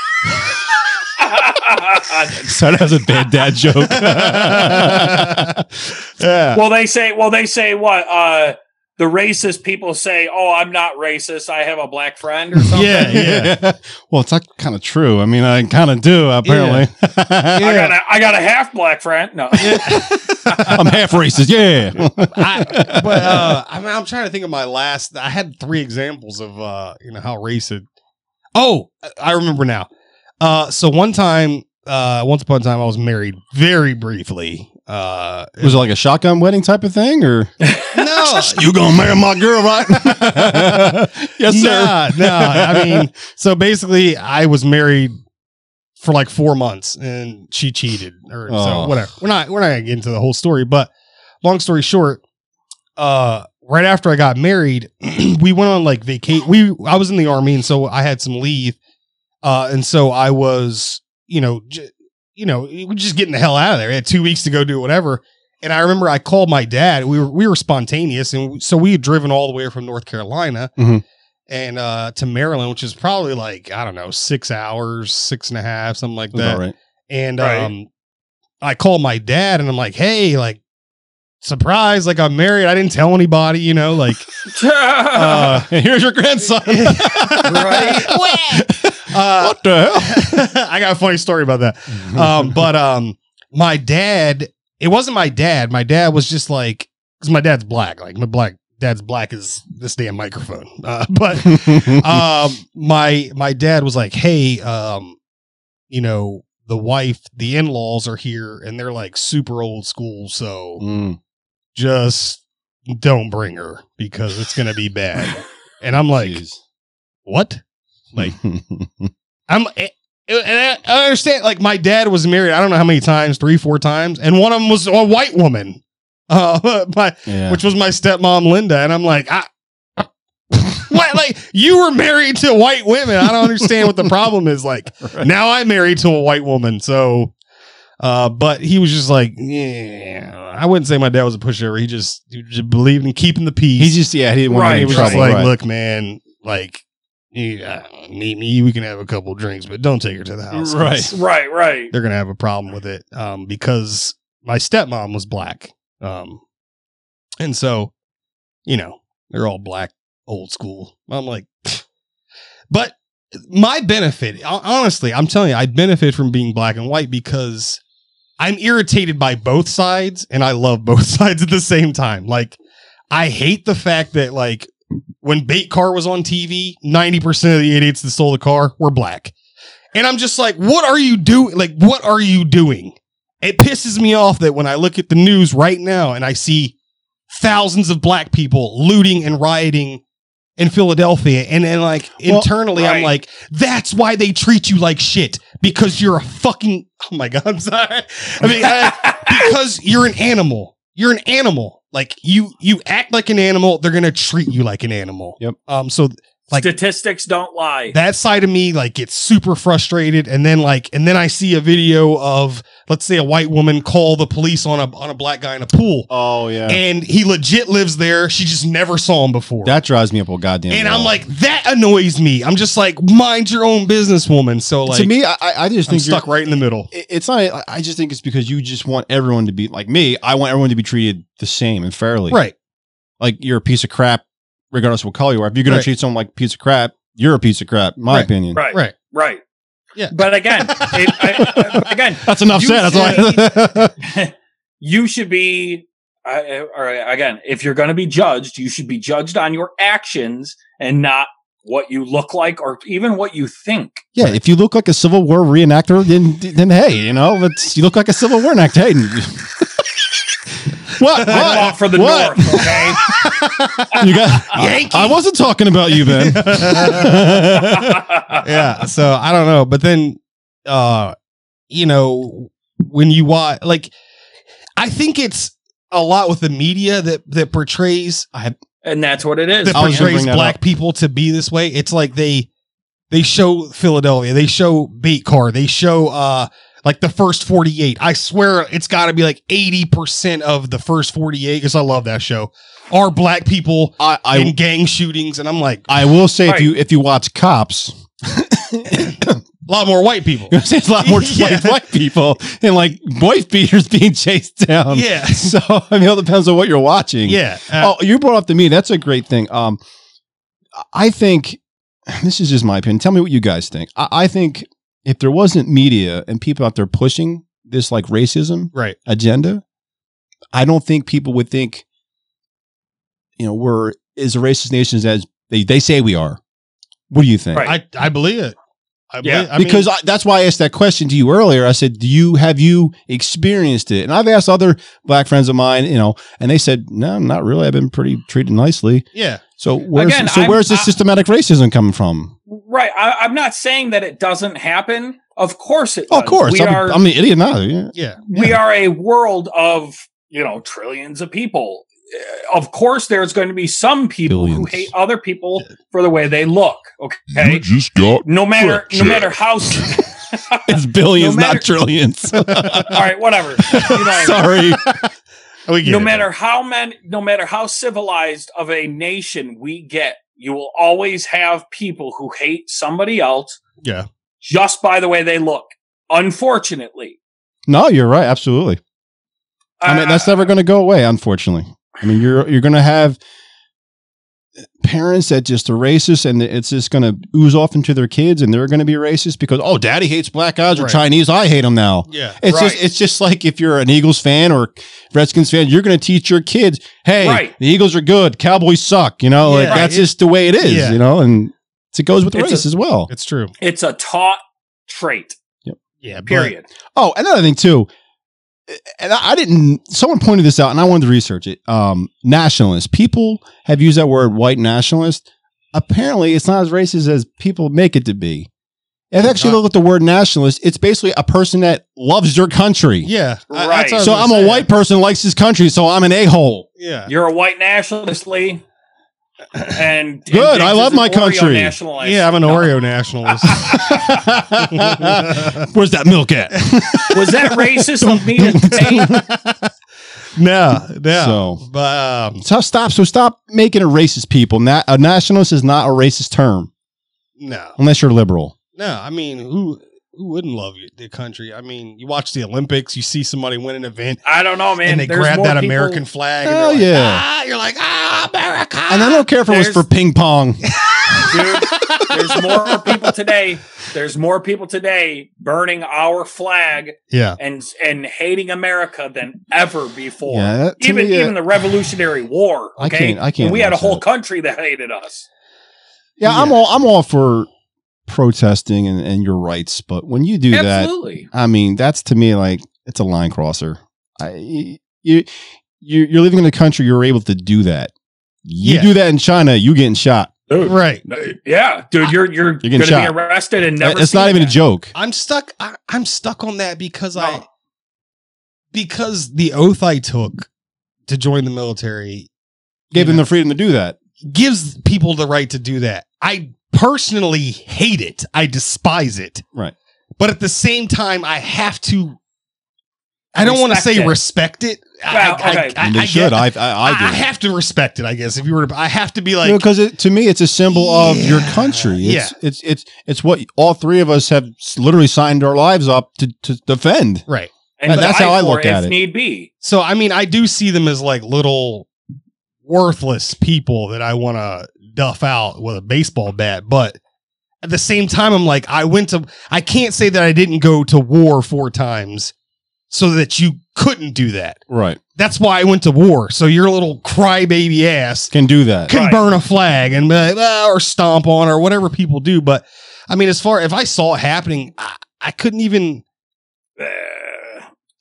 S1: so that was a bad dad joke. <laughs>
S2: yeah.
S3: well they say well they say what? Uh the racist people say, Oh, I'm not racist, I have a black friend or something.
S2: <laughs> Yeah, yeah.
S1: <laughs> well, it's not kind of true. I mean, I kind of do apparently.
S3: I got a I got a half black friend. No.
S1: <laughs> I'm half racist. Yeah.
S2: I, but uh, I'm, I'm trying to think of my last. I had three examples of uh, you know how racist. Oh, I- I remember now. Uh, so one time, uh, once upon a time, I was married very briefly. Uh,
S1: Was it like a shotgun wedding type of thing,
S2: <laughs>
S1: or
S2: no,
S1: you gonna marry my girl, right? <laughs> yes, sir.
S2: Nah, nah.
S1: <laughs>
S2: I mean, so basically, I was married for like four months, and she cheated, or
S1: Oh.
S2: so whatever. We're not we're not gonna get into the whole story, but long story short, uh, right after I got married, <clears throat> we went on like vacate. We I was in the army, and so I had some leave, uh, and so I was, you know, j- you know, we're just getting the hell out of there. We had two weeks to go do whatever. And I remember I called my dad. We were we were spontaneous, and we- so we had driven all the way from North Carolina
S1: Mhm.
S2: and uh, to Maryland, which is probably like I don't know six hours, six and a half, something like
S1: That's
S2: that.
S1: all right.
S2: And
S3: Right.
S2: um, I called my dad, and I'm like, "Hey, like, surprise, like I'm married. I didn't tell anybody, you
S1: <laughs>
S2: know, like, uh, <laughs> here's your grandson. <laughs>
S3: Right.
S2: Uh,
S1: what the hell?
S2: <laughs> I got a funny story about that. Um, <laughs> but um, my dad, it wasn't my dad. My dad was just like, because my dad's black. Like, my black dad's black as this damn microphone. <laughs> Uh, but um, my my dad was like, "Hey, um, you know, the wife, the in laws are here, and they're like super old school, so
S1: Mm.
S2: just don't bring her because it's gonna be bad." and I'm like,
S1: Jeez.
S2: "What?" Like, I'm. eh, And I- I understand, like my dad was married. I don't know how many times, three, four times, and one of them was a white woman, <laughs> uh, my,
S1: <laughs> yeah.
S2: which was my stepmom Linda. And I'm like, I, <laughs> what? Like you were married to white women. I don't understand what the problem is. Like
S1: <laughs> Right.
S2: now I'm married to a white woman. So, uh, but he was just like, yeah. I wouldn't say my dad was a pushover. He just, he just believed in keeping the peace.
S1: he just yeah he didn't want
S3: Right,
S1: any
S2: He was just
S1: trouble.
S2: like,
S1: right.
S2: look, man, like. You, uh, meet me. We can have a couple drinks, but don't take her to the house. 'cause
S1: <laughs> Right.
S3: <laughs> right, right.
S2: they're gonna have a problem with it um, because my stepmom was black, um, and so you know they're all black, old school. I'm like, <sighs> "Pfft." but my benefit, hon- honestly, I'm telling you, I benefit from being black and white because I'm irritated by both sides, and I love both <laughs> sides at the same time. Like, I hate the fact that like when Bait Car was on TV, ninety percent of the idiots that stole the car were black. And I'm just like, what are you doing? Like, what are you doing? It pisses me off that when I look at the news right now and I see thousands of black people looting and rioting in Philadelphia, and then like
S1: Well,
S2: internally, I'm
S3: right.
S2: like, that's why they treat you like shit because you're a fucking. Oh my god, I'm sorry. I mean, I, because you're an animal. You're an animal. Like you, you act like an animal. They're gonna treat you like an animal.
S1: Yep.
S2: Um. So like-
S3: Statistics don't lie.
S2: that side of me like gets super frustrated and then like and then i see a video of let's say a white woman call the police on a on a black guy in a pool
S1: oh yeah,
S2: and he legit lives there she just never saw him before
S1: that drives me up a goddamn.
S2: and i'm
S1: wall.
S2: like that annoys me i'm just like mind your own business woman so like
S1: to me, I, I I just
S2: i'm
S1: think you're-
S2: stuck right in
S1: <laughs>
S2: the middle
S1: it- it's not. I- I just think it's because you just want everyone to be like me. I want everyone to be treated the same and fairly.
S2: right
S1: Like you're a piece of crap, regardless of what color you are. If you're going
S2: Right.
S1: to treat someone like a piece of crap, you're a piece of crap. in My
S2: Right.
S1: opinion.
S3: right,
S2: right
S3: right.
S2: Yeah.
S3: But
S1: <laughs>
S3: again, it, I, I- again,
S1: That's enough
S3: You
S1: said. That's why.
S3: you should be. I, I- all right, again, if you're going to be judged, you should be judged on your actions and not what you look like or even what you think.
S1: <laughs> yeah. If you look like a Civil War reenactor, then then hey, you know, it's, you look like a Civil War reenactor. Hey, <laughs> what?
S3: I
S1: What?
S3: fought for the
S1: What? <laughs>
S3: North. Okay. <laughs>
S1: You got? I wasn't talking about you,
S2: <laughs>
S1: Ben. <laughs>
S2: yeah. So I don't know, but then, uh, you know, when you watch, like, I think it's a lot with the media that that portrays
S3: and that's what it is.
S2: that
S1: I was gonna
S2: portrays
S1: bring that
S2: black
S1: up.
S2: people to be this way. It's like they they show Philadelphia, they show Bait Car, they show uh like the first 48. I swear it's got to be like 80% of the first 48 cuz I love that show. Are black people
S1: I, I
S2: in gang shootings and I'm like
S1: I will say if
S3: Right.
S1: you if you watch Cops, <laughs>
S2: a lot more white people.
S1: there's a lot more
S2: Yeah.
S1: white, white people and like boy beaters being chased down.
S2: yeah. <laughs>
S1: So I mean, it all depends on what you're watching.
S2: Yeah. Uh,
S1: Um, Oh, you brought up to me. That's a great thing. Um, I think <sighs> this is just my opinion. Tell me what you guys think. I, I think if there wasn't media and people out there pushing this like racism
S2: right.
S1: agenda, I don't think people would think, you know, we're as racist nations as they, they say we are. What do you think?
S3: Right.
S2: I, I believe it. I believe,
S3: Yeah.
S2: I mean-
S1: because I, that's why I asked that question to you earlier. I said, "Do you have you experienced it?" And I've asked other black friends of mine, you know, and they said, "No, not really. I've been pretty treated nicely."
S2: yeah,
S1: So where's
S3: Again,
S1: so
S3: I'm-
S1: where's the
S3: I-
S1: systematic racism coming from?
S3: right. I, I'm not saying that it doesn't happen. Of course it.
S1: Oh, of
S3: does.
S1: course,
S3: Uh, We
S1: I'm,
S3: are.
S1: I'm an idiot now.
S3: <laughs>
S1: Yeah.
S2: yeah,
S3: we are a world of you know trillions of people. Uh, Of course, there's going to be some people who
S1: Billions.
S3: hate other people for the way they look.
S4: You
S3: Okay,
S4: just got
S3: no matter no
S4: Sure.
S3: matter how. s- <laughs>
S1: It's billions,
S3: No matter-
S1: not trillions. <laughs>
S3: All <laughs> right, whatever. You know,
S1: Sorry.
S2: we get
S3: no
S2: it.
S3: matter how many, no matter how civilized of a nation we get, you will always have people who hate somebody else
S2: Yeah,
S3: just by the way they look. Unfortunately,
S1: No, you're right. Absolutely. I mean,
S3: Uh,
S1: that's never going to go away, unfortunately. I mean, you're you're going to have parents that just are racist, and it's just going to ooze off into their kids, and they're going to be racist because oh, daddy hates black guys or
S2: Right.
S1: Chinese. I hate them now.
S2: Yeah.
S1: It's
S3: Right.
S1: just it's just like if you're an Eagles fan or Redskins fan, you're going to teach your kids, hey,
S3: Right.
S1: the Eagles are good, Cowboys suck. You know, like
S2: Yeah.
S1: that's
S2: Right.
S1: just the way it is.
S2: Yeah.
S1: You know, and it goes with the
S3: It's
S1: race
S3: a-
S1: as well.
S2: It's true.
S3: it's a taught trait.
S2: Yeah. but-
S3: Period.
S1: Oh, another thing too, and I I didn't. Someone pointed this out, and I wanted to research it. Um, nationalist people have used that word white nationalist. Apparently, it's not as racist as people make it to be. If actually
S2: not.
S1: look at the word nationalist, it's basically a person that loves your country.
S2: Yeah. I-
S3: Right.
S2: what I was
S1: So
S2: gonna
S1: I'm
S2: say.
S1: a white person who likes his country, so I'm an a hole.
S2: Yeah.
S3: You're a white nationalist, Lee. And
S1: Good,
S3: and Diggs
S1: I love
S3: is an
S1: my
S3: Oreo
S1: country.
S3: Nationalist.
S2: Yeah. I'm an
S3: <laughs>
S2: Oreo <laughs> nationalist.
S1: Where's that milk at?
S3: Was
S1: <laughs>
S3: that racist of me to say?
S2: <laughs> no. No.
S1: So-
S2: but
S1: <laughs>
S2: um,
S1: so stop. So stop making it racist, people. Na- a nationalist is not a racist term
S2: no.
S1: unless you're liberal.
S2: No, I mean, who who wouldn't love your, their country? I mean, you watch the Olympics, you see somebody win an event,
S3: I don't know, man.
S2: and they
S3: There's
S2: grab
S3: more
S2: that
S3: people-
S2: American flag. and
S1: Hell
S2: they're like,
S1: yeah.
S2: "Ah," you're like, ah, America.
S1: And I don't care if it was
S3: There's-
S1: for ping
S3: <laughs>
S1: pong.
S3: <laughs> dude. There's more people today. There's more people today burning our flag
S2: yeah,
S3: and and hating America than ever before.
S1: Yeah, that- to
S3: even
S1: me, uh,
S3: even the Revolutionary War.
S1: I
S3: Okay,
S1: can't- I can't
S3: And we had a
S1: watch
S3: whole
S1: that.
S3: country that hated us.
S1: Yeah, I'm
S2: Yeah.
S1: all I'm all for protesting and, and your rights, but when you do that,
S3: Absolutely.
S1: I mean, that's to me like it's a line crosser. I you you you're living in a country you're able to do that. You
S2: Yeah.
S1: do that in China, you getting shot.
S3: Dude.
S2: right.
S3: Yeah, dude, you're you're,
S1: getting
S3: going to be
S1: shot.
S3: arrested and never.
S1: it's not
S3: seen
S1: even a
S3: that.
S1: joke.
S2: I'm stuck. I, I'm stuck on that because I
S3: No.
S2: because the oath I took to join the military
S1: Gave them
S2: Yeah.
S1: the freedom to do that.
S2: gives people the right to do that. I personally hate it. I despise it.
S1: Right.
S2: But at the same time, I have to. I don't want to
S3: Respect
S2: say
S3: it.
S2: respect it.
S3: Well,
S2: I,
S3: okay.
S1: and they
S2: I,
S1: should.
S2: get-
S1: I I, I do.
S2: I have to respect it. I guess if you were, to, I have to be like,
S1: because it, to me, it's a symbol of your
S2: Yeah.
S1: country. It's, it's it's it's what all three of us have s- literally signed our lives up to, to defend.
S2: right.
S3: And
S1: That's how
S3: fight
S1: I
S3: for
S1: look at
S3: if
S1: it.
S3: Need be.
S2: So I mean, I do see them as like little worthless people that I want to duff out with a baseball bat, but at the same time, I'm like, I went to, I can't say that I didn't go to war four times, so that you couldn't do that.
S1: Right,
S2: That's why I went to war. So your little crybaby ass
S1: can do that.
S2: can
S3: Right.
S2: burn a flag and be like, "Ah," or stomp on or whatever people do. But I mean, as far if I saw it happening, I, I couldn't even.
S3: Uh,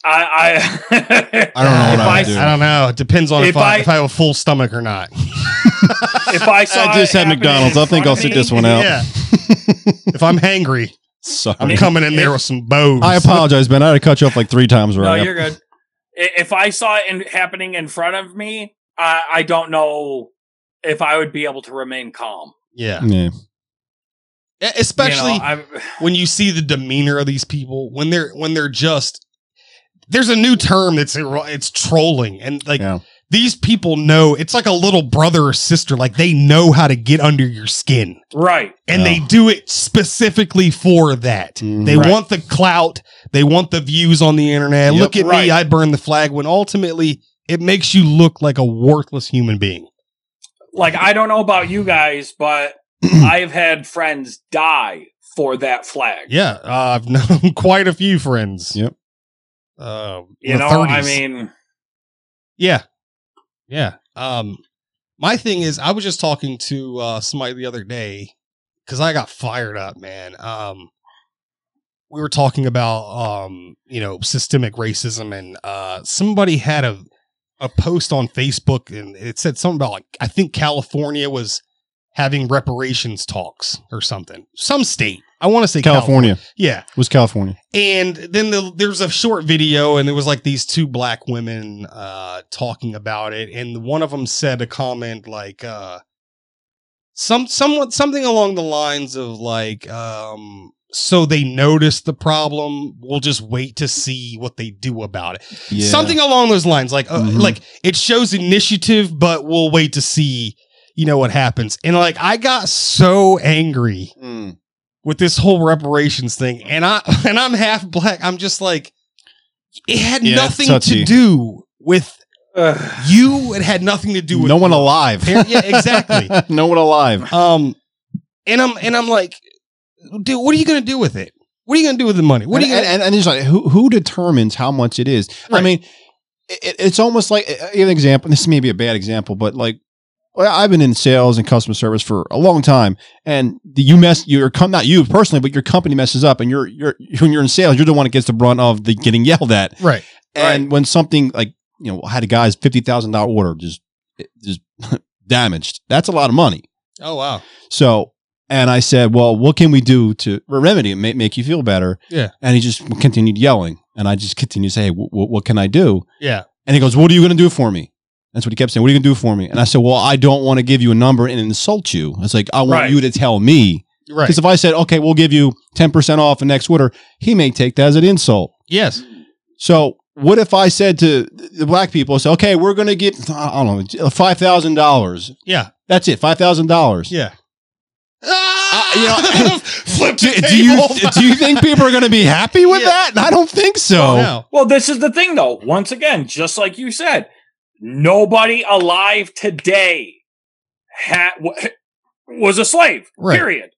S3: I I <laughs>
S1: I don't know what
S3: If
S1: I would
S3: I-
S1: do.
S2: I don't know. It depends on if,
S3: If
S2: I,
S3: I-
S2: if I have a full stomach or not.
S1: <laughs>
S3: if I saw
S1: I just
S3: it
S1: had
S3: happening
S1: McDonald's.
S3: in
S1: I think
S3: front
S1: I'll
S3: of
S1: sit
S3: me-
S1: this one out.
S2: Yeah. if I'm hangry, I'm
S1: Sorry.
S2: coming in there with some bows.
S1: I apologize, Ben. I had to cut you off like three times.
S3: No,
S1: Right.
S3: you're good. I- If I saw it in, happening in front of me, I, I don't know if I would be able to remain calm.
S2: Yeah.
S1: Yeah.
S2: E- Especially
S3: you know, I'm,
S2: when you see the demeanor of these people when they're when they're just there's a new term that's it's trolling and like
S1: Yeah.
S2: these people know it's like a little brother or sister like they know how to get under your skin
S3: <laughs> right.
S2: and
S1: Yeah.
S2: they do it specifically for that.
S1: Mhm.
S2: They
S3: Right.
S2: want the clout, they want the views on the internet.
S1: Yep.
S2: Look at
S3: Right.
S2: me, I burn the flag when ultimately it makes you look like a worthless human being.
S3: Like I don't know about you guys,
S1: <clears throat>
S3: but I have had friends die for that flag.
S2: Yeah, uh, I've <laughs> known quite a few friends.
S1: Yep.
S2: Uh, in
S3: You know,
S2: the 30s.
S3: I mean,
S2: Yeah. Yeah. Um my thing is I was just talking to uh somebody the other day cuz I got fired up, man. Um we were talking about um you know systemic racism and uh somebody had a a post on Facebook and it said something about like I think California was having reparations talks or something. Some state. I want to say California.
S1: California
S2: Yeah.
S1: It was California.
S2: And then the, there was a short video, and there was like these two black women uh, talking about it, and one of them said a comment like uh, some somewhat something along the lines of like, um, "So they noticed the problem. We'll just wait to see what they do about it."
S1: Yeah.
S2: Something along those lines, like uh,
S1: Mhm.
S2: like it shows initiative, but we'll wait to see, you know, what happens. And like I got so angry
S1: Mm.
S2: with this whole reparations thing <laughs> and i and i'm half black i'm just like it had
S1: Yeah, it's
S2: nothing
S1: touchy.
S2: to do with
S3: Ugh.
S2: you. It had nothing to do with
S1: no one
S2: you.
S1: alive.
S2: Par- yeah, <laughs> exactly.
S1: <laughs> no one alive.
S2: Um, and I'm and I'm like, dude, what are you gonna do with it? What are you gonna do with the money? What
S1: and,
S2: are you? Gonna-
S1: and, and it's like who who determines how much it is? I
S2: Right.
S1: mean, it, it's almost like uh, an example. This may be a bad example, but like well, I've been in sales and customer service for a long time, and the, you mess your com not you personally, but your company messes up, and you're you're when you're in sales, you're the one that gets the brunt of the getting yelled at.
S2: right.
S1: And when something like you know I had a guy's fifty thousand dollar order just it- just <laughs> damaged, that's a lot of money.
S2: Oh wow.
S1: So, and I said, "Well, what can we do to remedy it, make, make you feel better?"
S2: Yeah.
S1: And he just continued yelling, and I just continued to say, hey, wh- wh- "What can I do?"
S2: Yeah.
S1: And he goes, "What are you going to do for me?" That's what he kept saying. What are you going to do for me? And I said, "Well, I don't want to give you a number and insult you. It's like I want
S3: Right.
S1: you to tell me
S2: Right.
S1: because if I said, "Okay, we'll give you ten percent off the next order," he may take that as an insult.
S2: Yes.
S1: So." What if I said to the black people, "Say, okay, we're going to get I don't know five thousand dollars.
S2: Yeah.
S1: That's it, five thousand dollars.
S2: Yeah. Uh, Ah!
S1: you know-
S2: <laughs> flip
S1: do, <laughs>
S2: the
S1: do you
S2: table. <laughs>
S1: do you think people are going to Oh, be happy with <laughs>
S2: Yeah.
S1: that? I don't think so.
S2: Oh, No.
S3: Well, this is the thing, though. Once again, just like you said, nobody alive today ha- w- <laughs> was a slave.
S2: Right.
S3: Period.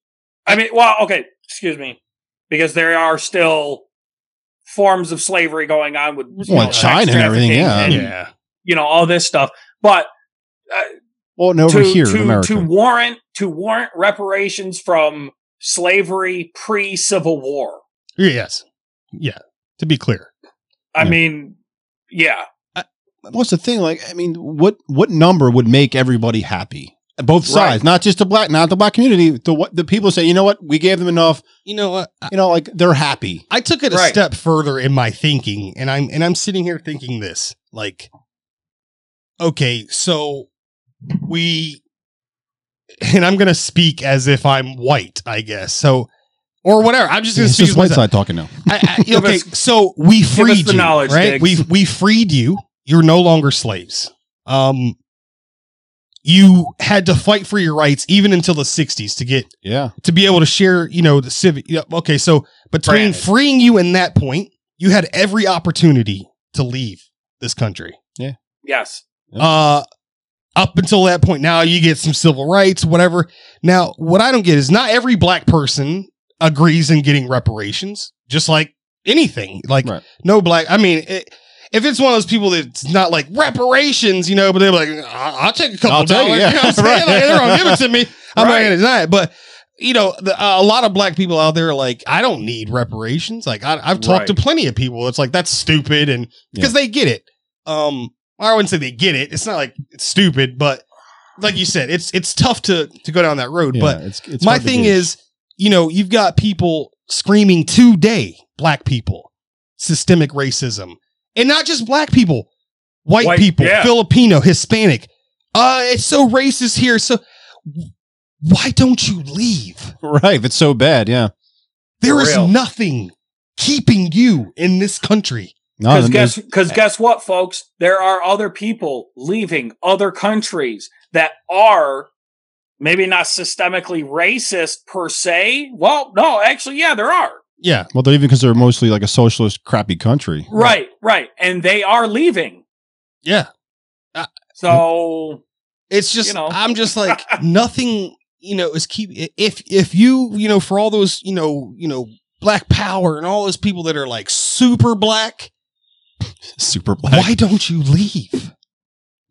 S3: I mean, well, okay, excuse me, because there are still forms of slavery going on with you
S1: Well,
S3: know,
S1: China
S3: sex
S1: and everything,
S3: trafficking
S1: yeah.
S3: and,
S2: Yeah.
S3: you know all this stuff. But
S1: Well, and over
S3: to,
S1: here
S3: to,
S1: in America,
S3: to warrant to warrant reparations from slavery pre Civil War.
S2: Yes. Yeah. To be clear.
S3: I
S1: Yeah.
S3: mean, yeah.
S1: what's the thing? Like, I mean, what what number would make everybody happy? Both
S3: Right.
S1: sides, not just the black, not the black community. The what the people say, you know what? We gave them enough.
S2: You know what? I,
S1: You know, like they're happy.
S2: I took it a
S3: Right.
S2: step further in my thinking, and I'm and I'm sitting here thinking this. Like, okay, so we and I'm gonna speak as if I'm white, I guess. So or whatever. I'm just gonna
S1: It's
S2: speak
S1: just
S2: as
S1: white
S2: myself.
S1: side talking now.
S2: I,
S3: <laughs>
S2: I, okay,
S3: us-
S2: so we freed
S3: the
S2: you,
S3: knowledge,
S2: right?
S3: Diggs.
S2: We we freed you. You're no longer slaves. Um, you had to fight for your rights even until the '60s to get
S1: Yeah,
S2: to be able to share. You know the civic. yeah, okay, so between
S3: Granted.
S2: freeing you and that point, you had every opportunity to leave this country.
S3: Yes.
S2: Uh, up until that point, now you get some civil rights, whatever. Now, what I don't get is not every black person agrees in getting reparations, just like anything. Like,
S1: Right.
S2: no black, I mean, it, if it's one of those people that's not like reparations, you know, but they're like, I- I'll take a couple
S1: I'll
S2: dollars. <laughs>
S1: take it, yeah. <laughs>
S2: You know what I'm saying?
S1: Right.
S2: Like, they're going to give it to me. I'm
S3: Right.
S2: not going to deny it. But, you know, the, uh, a lot of black people out there are like, I don't need reparations. Like, I, I've talked to
S3: Right.
S2: plenty of people. It's like, that's stupid. And because they get it. Um, I wouldn't say they get it. It's not like it's stupid, but like you said, it's it's tough to to go down that road.
S1: Yeah,
S2: but
S1: it's, it's
S2: my
S1: hard to
S2: thing
S1: gauge.
S2: is, you know, you've got people screaming today, black people, systemic racism, and not just black people, white,
S3: White-
S2: people,
S3: yeah.
S2: Filipino, Hispanic. Uh, it's so racist here. So why don't you leave?
S1: right. If it's so bad, yeah.
S2: There
S3: For
S2: is
S3: real.
S2: nothing keeping you in this country.
S1: No,
S3: Because
S1: then
S3: guess, because guess what, folks? There are other people leaving other countries that are maybe not systemically racist per se. Well, no, actually, yeah, there are.
S2: Yeah.
S1: well, they're even because they're mostly like a socialist, crappy country.
S3: Right, right, and they are leaving.
S2: Yeah.
S3: So
S2: It's just
S3: know.
S2: I'm just like nothing, you know, is keep if if you, you know, for all those, you know, you know, black power and all those people that are like super black,
S1: Super black.
S2: why don't you leave?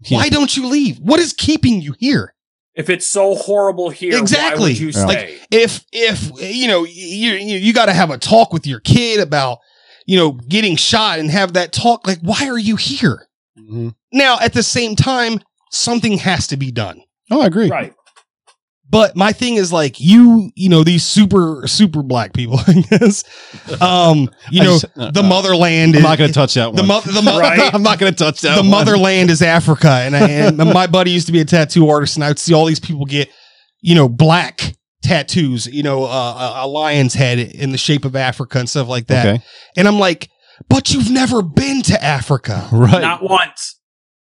S1: Yeah.
S2: Why don't you leave? What is keeping you here?
S3: if it's so horrible here, why
S2: Exactly.
S3: would you
S1: Yeah.
S2: Like,
S3: stay?
S2: If if you know, you you, you got to have a talk with your kid about, you know, getting shot and have that talk like why are you here?
S1: Mhm.
S2: Now, at the same time, something has to be done.
S1: Oh, I agree.
S3: right,
S2: But my thing is like you, you know, these super super black people, <laughs> I guess. Um, you
S1: I
S2: know,
S1: just- no,
S2: the
S1: no.
S2: motherland
S1: I'm
S2: is
S1: not going to touch that one.
S2: the mother <laughs> the mother
S1: <laughs>
S3: Right.
S1: I'm not going to touch that.
S2: the
S1: one.
S2: motherland is Africa, and, I, and my buddy used to be a tattoo artist, and I would see all these people get, you know, black tattoos, you know, uh, a, a lion's head in the shape of Africa and stuff like that.
S1: Okay.
S2: And I'm like, but you've never been to Africa.
S1: Right.
S3: not once.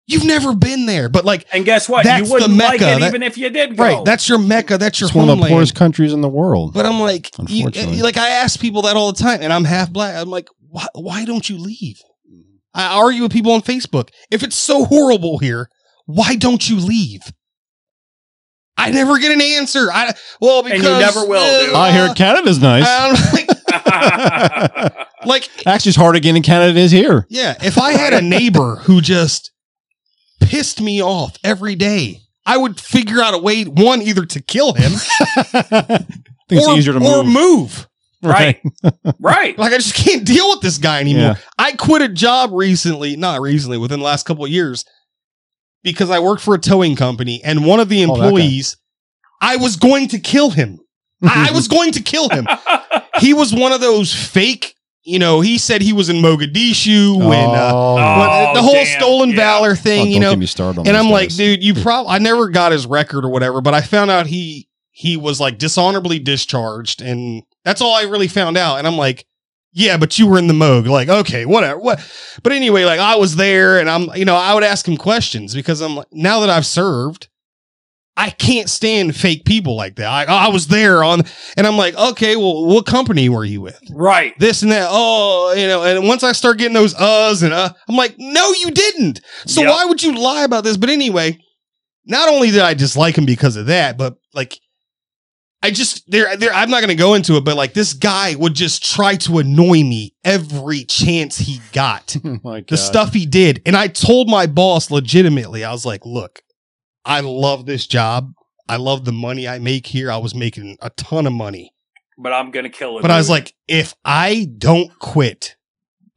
S2: You've never been there. But like,
S3: And guess what?
S2: That's
S3: you
S2: the
S3: wouldn't like
S2: Mecca.
S3: it
S2: That-
S3: even if you did
S2: <laughs>
S3: go.
S2: right, that's your mecca. That's your
S1: it's one of the
S2: homeland.
S1: poorest countries in the world.
S2: But I'm like, you,
S1: Unfortunately.
S2: like I ask people that all the time, and I'm half black. I'm like, why, why don't you leave? I argue with people on Facebook. If it's so horrible here, why don't you leave? I never get an answer. I well
S3: And you
S2: because eh,
S3: never will, dude.
S1: I hear Canada's nice. <laughs>
S2: <laughs> I'm like,
S3: yeah,
S2: like
S1: Actually, it's harder getting in Canada than it is
S2: <laughs>
S1: here.
S2: yeah, if I had a neighbor who just pissed me off every day, I would figure out a way one either to kill him
S1: I think
S2: or,
S1: it's easier to
S2: or
S1: move.
S2: <laughs> move.
S3: <laughs> Right. right. <laughs>
S2: Like I just can't deal with this guy anymore.
S1: Yeah.
S2: I quit a job recently, not recently, within the last couple of years, because I worked for a towing company and one of the
S1: Oh, that guy.
S2: employees, I was going to kill him. I
S1: <laughs>
S2: I was going to kill him. He was one of those fake, you know, he said he was in Mogadishu when uh,
S1: <laughs> Oh,
S2: when the whole
S3: damn,
S2: stolen
S3: yeah.
S2: valor
S1: oh,
S2: thing, you
S1: don't
S2: know.
S1: get me started on
S2: And
S1: those
S2: I'm like,
S1: guys.
S2: dude, you probably I never got his record or whatever, but I found out he he was like dishonorably discharged, and that's all I really found out. And I'm like, yeah, but you were in the Moog, like okay, whatever, what. But anyway, like I was there, and I'm you know I would ask him questions because I'm like, now that I've served. I can't stand fake people like that. I, I was there on, and I'm like, okay, well, what company were you with?
S3: Right.
S2: this and that. Oh, you know, and once I start getting those uhs and uh, I'm like, no, you didn't. So
S3: Yep.
S2: why would you lie about this? But anyway, not only did I dislike him because of that, but like, I just there, there. I'm not gonna go into it, but like this guy would just try to annoy me every chance he got.
S1: <laughs> Oh my
S2: The
S1: God.
S2: stuff <laughs> he did, and I told my boss legitimately, I was like, look, I love this job. I love the money I make here. I was making a ton of money.
S3: But I'm gonna kill him.
S2: But I was like, if I don't quit,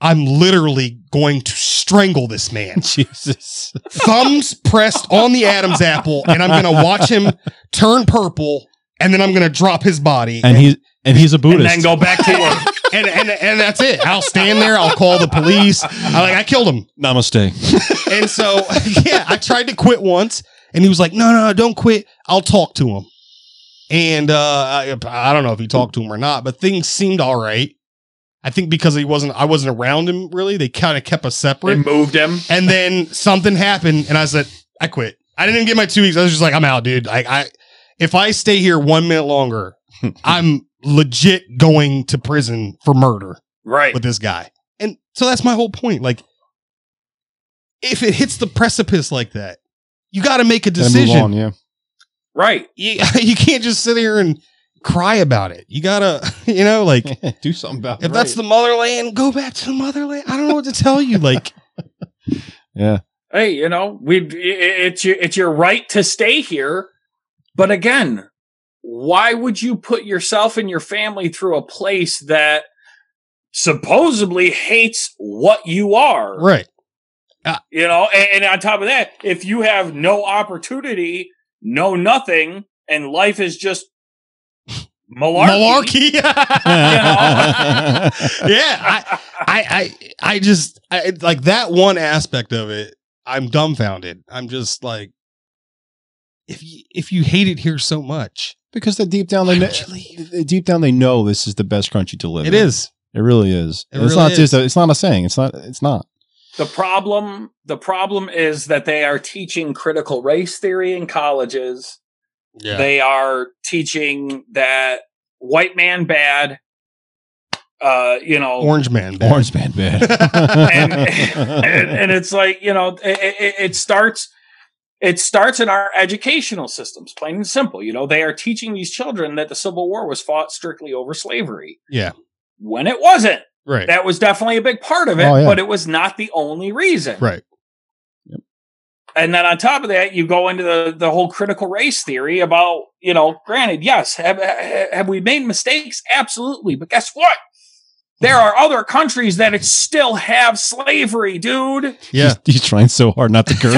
S2: I'm literally going to strangle this
S1: <laughs>
S2: man.
S1: Jesus.
S2: Thumbs pressed on the Adam's apple, and I'm going to watch him turn purple, and then I'm going to drop his body.
S1: And he's and he's a
S3: and
S1: Buddhist.
S3: then go back to work.
S2: <laughs> and, and, and that's it. I'll stand there. I'll call the police. I, like, I killed him.
S1: Namaste.
S2: And so, <laughs> yeah, I tried to quit once, and he was like, "No, no, no, don't quit. I'll talk to him." And uh, I, I don't know if he talked to him or not, but things seemed all right. I think because he wasn't, I wasn't around him really. They kind of kept us
S3: They
S2: separate.
S3: moved him.
S2: And then something happened, and I said, "I quit." I didn't even get my two weeks. I was just like, "I'm out, dude." Like, I if I stay here one minute longer, I'm legit going to prison for murder
S3: Right.
S2: with this guy. And so that's my whole point. Like, if it hits the precipice like that, you got to make a
S1: Gotta move on,
S2: decision.
S1: yeah.
S3: Right.
S2: You, <laughs> you can't just sit here and cry about it. You got to, <laughs> you know,
S1: <laughs>
S2: like, if
S1: Do something about
S2: that's the motherland, go back to the motherland. I don't know what to tell you.
S1: <laughs>
S2: Like,
S1: yeah.
S3: Hey, you know, we i- i- it's your it's your right to stay here. But again, why would you put yourself and your family through a place that supposedly hates what you are?
S2: right.
S3: You know, and, and on top of that, if you have no opportunity, no nothing, and life is just
S1: <laughs>
S3: malarkey. <laughs>
S2: Malarkey. <laughs> yeah. I, I, I, I just, I, like, that one aspect of it, I'm dumbfounded. I'm just like, if you, if you hate it here so much,
S1: because they deep down they know, deep down they know this is the best country to live.
S2: It
S1: in.
S2: is.
S1: It really is.
S2: It
S1: And it's
S2: really
S1: not
S2: is.
S1: just a, it's not a saying. It's not it's not.
S3: The problem, the problem is that they are teaching critical race theory in colleges.
S2: Yeah.
S3: They are teaching that white man bad. Uh, you know,
S2: Orange man. bad.
S1: Orange man
S2: <laughs>
S1: bad.
S3: and, and, and it's like you know it, it, it starts it starts in our educational systems plain and simple you know they are teaching these children that the civil war was fought strictly over slavery
S2: Yeah.
S3: when it wasn't
S2: Right.
S3: that was definitely a big part of it
S1: Oh, yeah.
S3: but it was not the only reason
S2: right.
S3: and then on top of that you go into the the whole critical race theory about you know granted yes have, ha- have we made mistakes absolutely but guess what there are other countries that still have slavery dude
S2: Yeah.
S1: <laughs> he's, he's trying so hard not to
S2: <laughs>
S1: curse.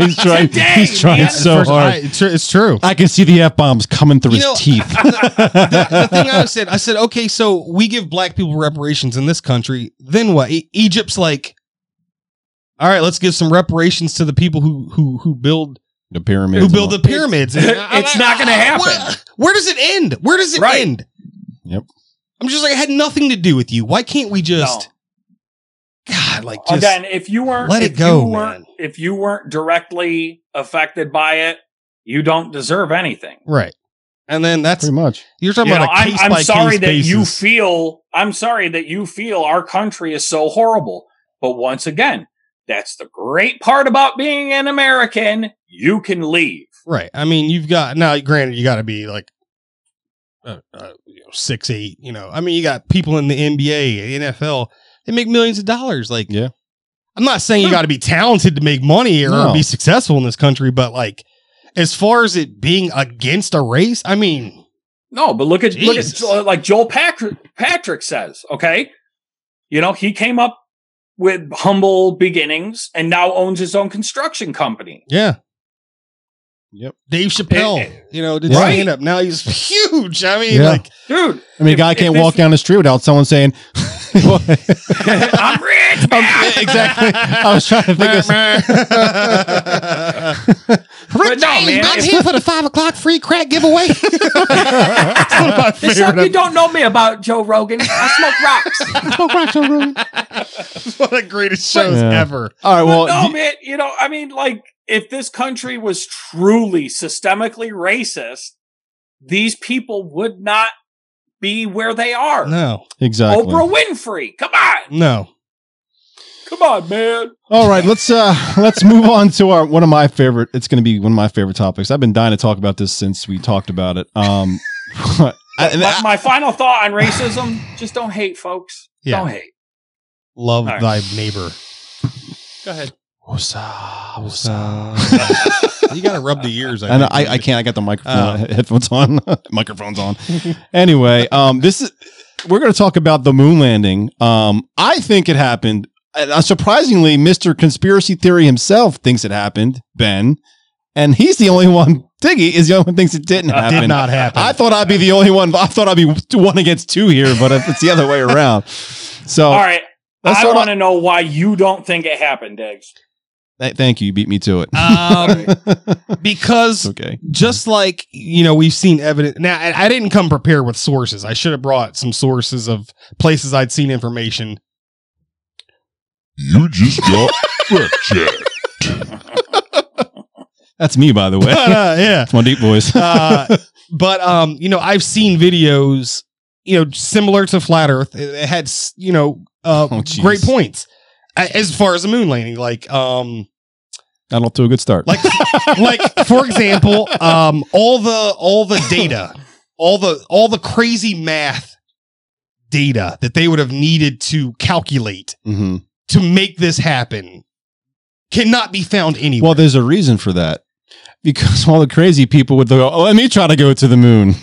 S1: <laughs> he's trying
S3: Today,
S1: he's trying
S3: man.
S1: so
S2: First- I-
S1: hard.
S2: it's, tr- it's true.
S1: <laughs> I, can see the F bombs coming through
S2: You
S1: his
S2: know,
S1: teeth.
S2: <laughs> the, the thing I said, I said, okay, so we give black people reparations in this country. Then what? E- Egypt's like, all right, let's give some reparations to the people who who who build
S1: <laughs> the pyramids.
S2: who
S1: and
S2: build
S1: all-
S2: the pyramids.
S3: It's-
S2: And I-
S3: it's
S2: I-
S3: not gonna
S2: I-
S3: happen.
S2: Where, where does it end? Where does it
S3: Right.
S2: end?
S1: Yep.
S2: I'm just like, I had nothing to do with you. Why can't we just? God, like just
S3: Again, if you weren't
S2: let it
S3: if
S2: go,
S3: you weren't,
S2: man.
S3: if you weren't directly affected by it, you don't deserve anything.
S2: right. And then that's
S1: pretty much.
S2: You're talking
S3: You know,
S2: about a
S3: I'm,
S2: case by
S3: I'm sorry
S2: case
S3: that you
S2: basis.
S3: feel. I'm sorry that you feel our country is so horrible. But once again, that's the great part about being an American. You can leave.
S2: Right. I mean, you've got now. Granted, you got to be like uh, uh, you know, six eight. You know, I mean, you got people in the NBA, NFL. They make millions of dollars. Like,
S1: Yeah.
S2: I'm not saying you
S3: Sure.
S2: got to be talented to make money or
S1: No.
S2: be successful in this country, but like, as far as it being against a race, I mean,
S3: No, but look at
S2: Jesus.
S3: look at like Joel Patrick Patrick says, okay? You know, he came up with humble beginnings and now owns his own construction company.
S2: yeah.
S1: Yep. Eh,
S2: Dave Chappelle,
S3: It-
S2: you know, did
S3: Right.
S2: stand up. Now he's <laughs> huge. I mean,
S1: Yeah.
S2: like, <laughs>
S3: Dude,
S1: I mean, a
S3: If-
S1: guy
S3: if
S1: can't
S3: this-
S1: walk down the street without someone saying, <laughs>
S3: I'm rich.
S1: Um, exactly. I was trying to think of
S2: <laughs>
S3: But no, James, man, I'm if-
S2: here for the five o'clock free crack <laughs> giveaway.
S3: It's like you don't know me about Joe Rogan. I smoke
S2: <laughs>
S3: rocks.
S2: One of the greatest shows
S1: Yeah.
S2: ever.
S1: <laughs> All right, well,
S3: no,
S1: you-
S3: man, you know, I mean, like, if this country was truly systemically racist, these people would not be where they are.
S2: No,
S1: exactly.
S3: Oprah Winfrey, come on,
S2: no.
S3: come on, man.
S1: All right, let's uh <laughs> let's move on to our one of my favorite. It's going to be one of my favorite topics. I've been dying to talk about this since we talked about it. Um, <laughs> I- and
S3: my,
S1: I-
S3: my final thought on racism: just don't hate, folks.
S2: Yeah.
S3: Don't hate.
S2: Love
S3: All right.
S2: thy neighbor.
S3: Go ahead.
S2: Oh,
S1: Woosah,
S2: <laughs>
S1: woosah.
S2: uh, you gotta rub the ears.
S1: I know,
S2: think.
S1: I, I can't. I got the microphone
S2: Oh.
S1: he- <laughs> headphones on. microphones on. anyway, um, this is we're going to talk about the moon landing. Um, I think it happened. And, uh, surprisingly, Mister Conspiracy Theory himself thinks it happened. Ben, and he's the only one. Diggy is the only one who thinks it didn't
S3: Uh, did
S1: happen.
S2: <laughs> Did not happen.
S1: I thought I'd be the only one. I thought I'd be one against two here, but it's the other way around.
S2: Oh,
S1: So
S3: All right,
S1: let's
S3: I
S1: start
S3: want to know why you don't think it happened, Diggs.
S1: off- Thank you. You beat me to it.
S2: um,
S1: <laughs>
S2: <laughs> because
S1: okay.
S2: just like you know we've seen evidence now I, I didn't come prepared with sources i should have brought some sources of places i'd seen <laughs> information
S4: You just got fact checked.
S1: That's me, by the way.
S2: but uh, yeah
S1: It's my deep
S2: <laughs>
S1: voice.
S2: Uh, but um you know i've seen videos you know similar to flat earth it, it had s- you know uh
S1: Oh, jeez.
S2: great points A- as far as the moon landing like um
S1: Got off to a good start. <laughs>
S2: like like for example um all the all the data all the all the crazy math data that they would have needed to calculate
S1: mm-hmm.
S2: to make this happen cannot be found anywhere
S1: Well, there's a reason for that because all the crazy people would go, oh, let me try to go to the moon.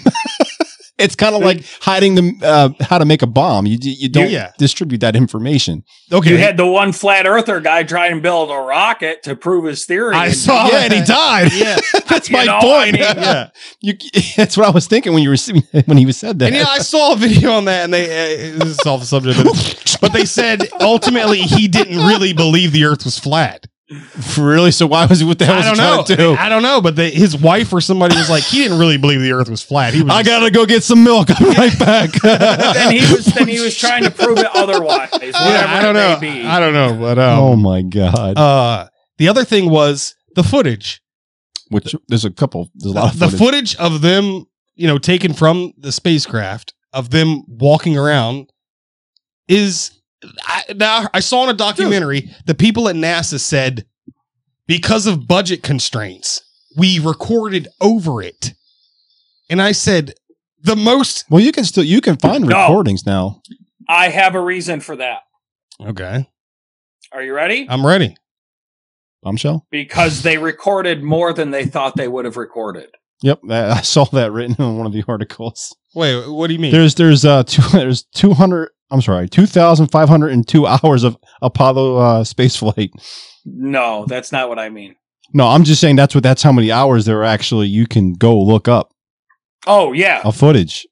S1: <laughs> it's kind of like hiding the uh, how to make a bomb. You you don't
S2: Yeah.
S1: distribute that information.
S2: okay
S3: You had the one flat earther guy try and build a rocket to prove his theory.
S2: I
S3: and-
S2: saw
S1: yeah, and he
S2: that.
S1: died.
S2: yeah
S1: that's
S3: <laughs> You
S1: my
S3: know,
S1: point.
S3: I mean-
S2: yeah
S1: You, <laughs> that's what I was thinking when you were when he said that.
S2: and yeah i saw a video on that and they uh, this is off the subject but, but they said ultimately he didn't really believe the earth was flat
S1: really? So why was what the hell
S2: I
S1: was he
S2: don't know.
S1: trying to do?
S2: I don't know, but the, his wife or somebody was like, he didn't really believe the Earth was flat. He was
S1: I
S2: just-
S1: gotta go get some milk. <laughs> I'm right back.
S3: <laughs> Then Hmm. he was then he was trying to prove it otherwise. Whatever
S2: Yeah, <laughs> I don't
S3: it may
S2: know.
S3: be.
S2: I don't know, but um,
S1: <laughs> oh my god!
S2: uh, the other thing was the footage.
S1: Which there's a couple. There's a lot of
S2: the
S1: footage.
S2: footage of them, you know, taken from the spacecraft of them walking around is. I, now I saw in a documentary the people at NASA said because of budget constraints we recorded over it, and I said the most
S1: well, you can still you can find
S3: No.
S1: recordings now.
S3: I have a reason for that.
S2: okay.
S3: Are you ready?
S1: Oh.
S2: I'm ready.
S1: Bombshell.
S3: Because they recorded more than they thought they would have recorded.
S1: Yep, that, I saw that written in one of the articles.
S2: Wait, what do you
S3: Hmm.
S2: mean?
S1: There's there's uh two, <laughs> there's 200 I'm sorry 2,502 <laughs> hours of Apollo uh, space flight.
S3: No, that's not what I mean.
S1: No, I'm just saying that's what that's how many hours there are actually you can go look up
S3: Oh yeah.
S1: of footage.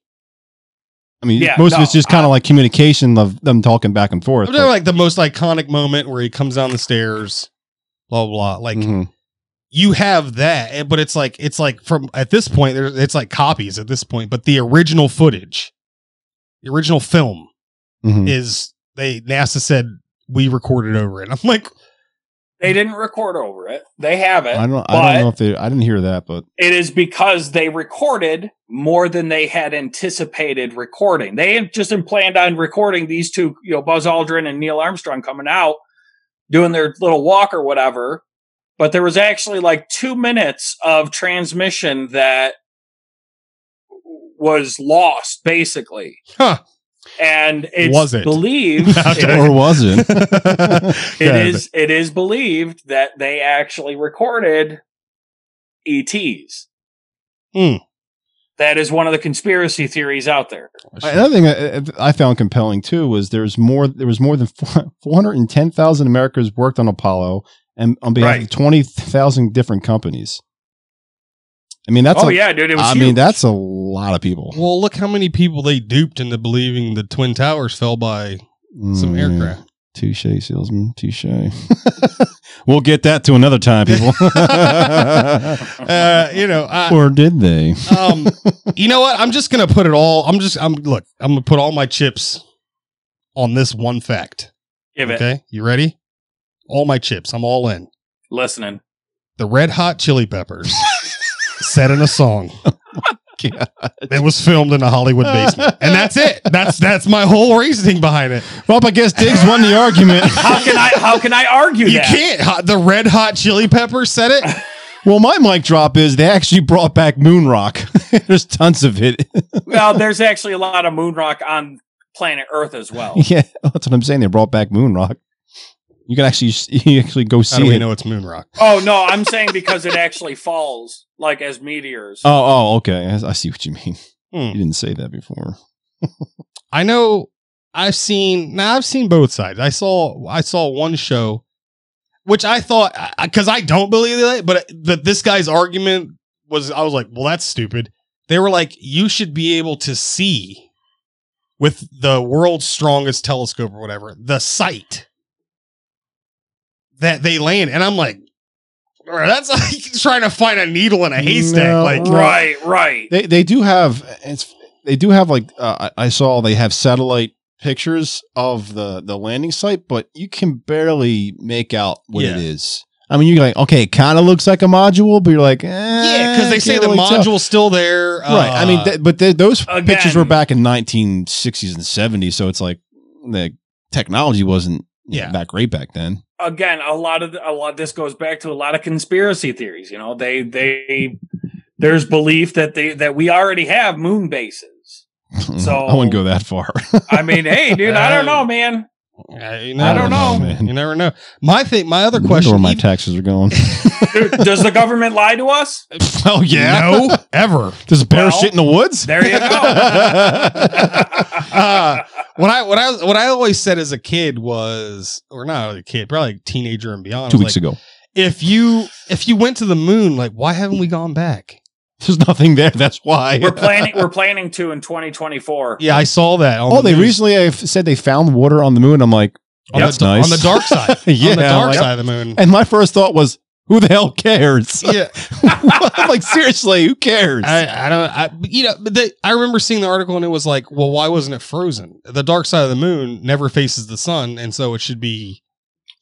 S1: I mean,
S3: Yeah,
S1: most of it's
S3: no,
S1: just kind of like communication of them talking back and forth.
S2: I'm talking like the most iconic moment where he comes down the stairs, blah blah. blah. Like
S1: but- Mhm.
S2: you have that, and- but it's like it's like from at this point, there's it's like copies at this point, but the original footage, the original film
S3: Hmm.
S1: Mhm.
S2: is they NASA said we recorded over it. <laughs> I'm like,
S3: They didn't record over it. They have it.
S1: I don't I
S3: but-
S1: don't know if they I didn't hear that,
S3: <laughs>
S1: but
S3: It is because they recorded more than they had anticipated recording. They had just been planned on recording these two, you know, Buzz Aldrin and Neil Armstrong coming out doing their little walk or whatever. But there was actually like two minutes of transmission that was lost, basically.
S5: Huh.
S3: And it's
S5: Was it? <laughs>
S3: believed
S5: Okay.
S1: or was it?
S3: <laughs>
S2: <laughs>
S3: <laughs> it
S5: Good.
S3: is it is believed that they actually recorded ETs.
S2: Hmm.
S3: That is one of the conspiracy theories out there.
S1: Another thing I, I found compelling too was there's more. There was more than four hundred and ten thousand Americans worked on Apollo, and on behalf of
S3: Right.
S1: twenty thousand different companies. I mean, that's
S3: oh
S1: a,
S3: yeah, dude, it was
S1: I
S3: huge.
S1: mean, that's a lot of people.
S2: Well, look how many people they duped into believing the Twin Towers fell by some
S3: Hmm.
S1: Mm,
S2: aircraft.
S1: Touche, salesman. Touche. <laughs> we'll get that to another time,
S3: <laughs>
S1: people. <laughs>
S2: Uh, you know, I,
S1: or did
S3: <laughs>
S1: they?
S2: um, you know what? I'm just gonna put it all. I'm just. I'm look. I'm gonna put all my chips on this one fact.
S3: Give it.
S2: Okay, you ready? All my chips. I'm all in.
S1: <laughs>
S3: Listening.
S2: The Red Hot Chili Peppers said in a song.
S1: God.
S2: It was filmed in a Hollywood basement, and that's it. That's that's my whole reasoning behind it.
S1: Well, I guess Diggs won the argument.
S3: <laughs> How can I how can I argue
S2: You
S3: that?
S2: can't. Hot- The Red Hot Chili Peppers said it.
S1: well, my mic drop is they actually brought back moon rock. <laughs> There's tons of it. <laughs>
S3: Well, there's actually a lot of moon rock on planet Earth
S1: <laughs>
S3: as well.
S1: yeah, that's what I'm saying. They brought back moon rock. You can actually <laughs> you actually go
S2: How do
S1: see
S2: we
S1: it.
S2: know it's moon rock?
S3: oh no, I'm saying because it actually falls like as meteors.
S1: Oh, oh, okay. I, I see what you mean.
S2: Hmm.
S1: You didn't say that before.
S2: I know I've seen now I've seen both sides. I saw I saw one show which I thought because I don't believe that, but that this guy's argument was I was like, well, that's stupid. They were like, you should be able to see with the world's strongest telescope or whatever the site that they land, and I'm like, bro, that's <laughs> like trying to find a needle in a haystack.
S1: No.
S2: like,
S3: right, right.
S1: They they do have it's they do have like uh, I I saw they have satellite pictures of the the landing site, but you can barely make out what
S2: Yeah.
S1: it is. I mean, you're like, okay, it kind of looks like a module, but you're like, eh,
S2: yeah, because they say
S1: can't
S2: the
S1: really tell.
S2: module's still there.
S1: right? I mean,
S2: uh,
S1: th- but th- those
S3: Again.
S1: pictures were back in 1960s and 70s, so it's like the technology wasn't you know,
S2: Yeah.
S1: that great back then. <laughs>
S3: again a lot of a lot this goes back to a lot of conspiracy theories you know they they there's belief that they that we already have moon bases So-
S1: I wouldn't go that far. <laughs>
S3: i mean hey dude i don't know man
S2: Uh, you
S3: I don't know,
S1: man.
S2: You never know. <laughs> My thing, my other
S1: No
S2: question.
S1: wonder where my
S2: even-
S1: taxes are going.
S3: Dude, does the government lie to us
S1: <laughs> oh yeah,
S2: no, <laughs> ever.
S1: there's a bear
S3: Well,
S1: shit in the woods.
S3: there
S1: <laughs>
S3: you go
S2: Uh, what I what I what I always said as a kid was, or not a kid, probably like teenager and beyond.
S1: Two
S2: was
S1: weeks
S2: like,
S1: ago.
S2: If you if you went to the moon, like why haven't we gone back?
S1: There's nothing there. That's why. <laughs>
S3: we're planning we're planning to in 2024
S2: Yeah, I saw that. On
S1: oh,
S2: the
S1: they
S2: news.
S1: recently have said they found water on the moon. I'm like,
S2: on
S1: that's
S2: the,
S1: nice.
S2: on the
S1: <laughs>
S2: dark side.
S1: Yeah,
S2: on the dark
S1: like-
S2: side of the moon.
S1: and my first thought was, who the hell
S2: <laughs>
S1: cares? <laughs>
S2: yeah,
S1: I'm like, seriously, who cares?
S2: I, I don't. I, but, you know, but they, I remember seeing the article and it was like, well, why wasn't it frozen? The dark side of the moon never faces the sun, and so it should be.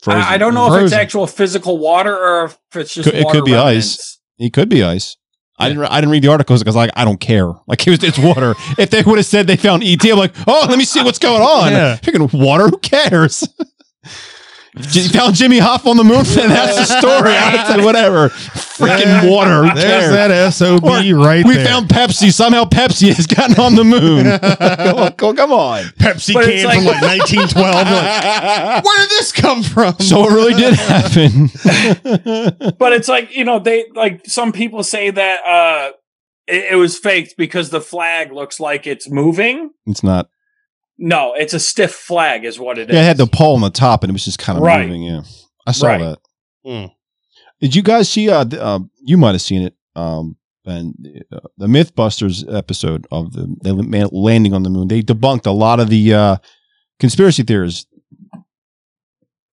S3: I, I don't know if it's
S2: Frozen.
S3: actual physical water or if it's just
S1: Could- it
S3: water
S1: could be ice.
S3: remnants.
S1: it could be ice. I didn't. re- I didn't read the articles because like I don't care. <laughs> Like it was, it's water. if they would have said they found ET, I'm like, oh, let me see what's going on.
S2: Yeah.
S1: Freaking water. Who cares?
S2: <laughs>
S1: J- you found Jimmy Hoff on the moon. <laughs> and that's the story. I
S2: <laughs>
S1: said whatever. Freaking
S2: Yeah.
S1: water. Who cares?
S2: There's that sob
S1: Or
S2: right
S1: we
S2: there.
S1: found Pepsi. Somehow Pepsi has gotten on the moon.
S2: <laughs>
S1: come on, come on.
S2: Pepsi
S3: But it's
S2: can from
S3: like-
S2: like 1912.
S3: <laughs>
S2: like, Where did this come from?
S1: <laughs> so it really
S2: <laughs>
S1: did happen.
S3: but it's like you know they like some people say that uh it, it was faked because the flag looks like it's moving
S1: it's not.
S3: No, it's a stiff flag, is what it is.
S1: Yeah, it had the pole on the top, and it was just kind of
S3: Right.
S1: moving. Yeah, I saw
S3: Right.
S1: that.
S2: Hmm.
S1: Did you guys see? Uh, th- uh, you might have seen it. Um, and uh, the MythBusters episode of the, the man landing on the moon, they debunked a lot of the uh, conspiracy theories,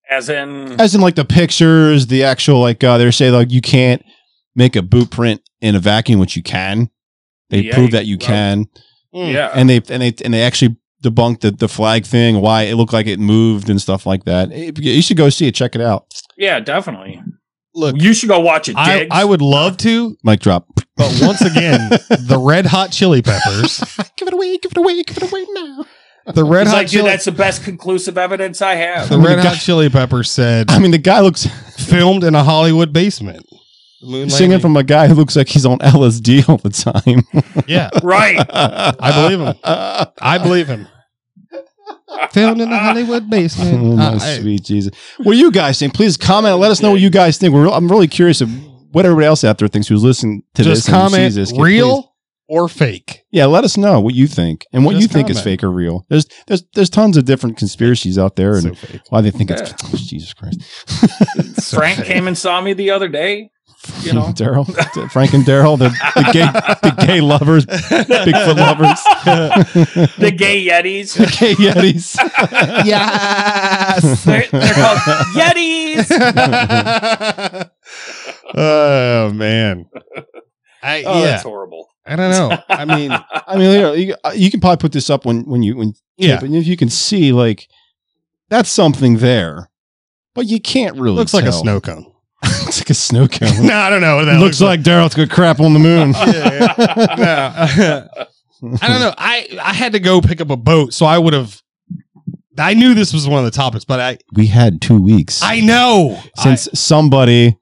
S3: as in
S1: as in like the pictures, the actual like uh, they're saying like you can't make a boot print in a vacuum, which you can. They
S3: Yeah,
S1: prove
S3: you- Uh.
S1: that you
S3: well,
S1: can.
S2: Mm.
S3: yeah,
S1: and they and they and they actually debunked the, the flag thing, why it looked like it moved and stuff like that. It- you should go see it, check it out.
S3: yeah, definitely.
S2: Look,
S3: You should go watch it.
S2: I,
S3: Diggs.
S2: I would love to,
S1: Mic drop.
S2: but
S1: <laughs>
S2: once again, the red hot chili peppers
S1: Give it away, give it away, give it away now.
S2: The red
S3: He's
S2: hot
S3: like, dude,
S2: chili.
S3: that's the best conclusive evidence I have.
S2: the
S1: I mean,
S2: red
S1: the
S2: hot
S1: guy-
S2: chili
S1: <laughs>
S2: peppers said
S1: I mean, the guy looks
S2: filmed in a Hollywood basement. The moon
S1: singing
S2: landing.
S1: from a guy who looks like he's on LSD <laughs> all the
S2: <laughs>
S1: time. <laughs>
S2: yeah, <laughs>
S3: right.
S1: I
S2: believe him. I believe him. <laughs> Filmed in the Hollywood basement.
S1: Oh, my
S2: Uh, I- I-
S1: sweet Jesus. What do you guys think? Please comment. and Let us know what you guys think. We're real, I'm really curious of what everybody else out there thinks who's listening to
S2: just
S1: this. and
S2: comment
S1: sees this. Please-
S2: real or fake.
S1: Yeah, let us know what you think and what you
S2: Just
S1: think is
S2: comment.
S1: fake or real. There's there's there's tons of different conspiracies out there and
S2: So fake. <laughs>
S1: why they think <laughs> it's Oh, Jesus Christ.
S3: Frank came and saw me the other day.
S2: <laughs>
S3: You know.
S1: <laughs> Daryl, D- Frank and Daryl, the, the gay the gay
S2: <laughs>
S1: lovers, Bigfoot lovers,
S3: <laughs> The gay Yetis.
S1: the gay Yetis. <laughs>
S2: Yes.
S3: They're, they're called Yetis.
S2: <laughs> oh man. I
S3: Oh,
S2: yeah.
S3: that's horrible. <laughs>
S2: I don't know. I mean,
S1: I mean, you, know, you, uh, you can probably put this up when when you when
S2: yeah.
S1: but if you can see like that's something there, but you can't really.
S2: looks like a
S1: tell.
S2: snow cone.
S1: <laughs>
S2: <laughs>
S1: it's like a snow cone.
S2: no, I don't know. What that
S1: looks, like Daryl took a crap on the moon.
S2: <laughs> Yeah, yeah. No. <laughs> I don't know. I I had to go pick up a boat, so I would have. I knew this was one of the topics, but I
S1: <laughs> we had two weeks
S2: I know
S1: since somebody
S2: I,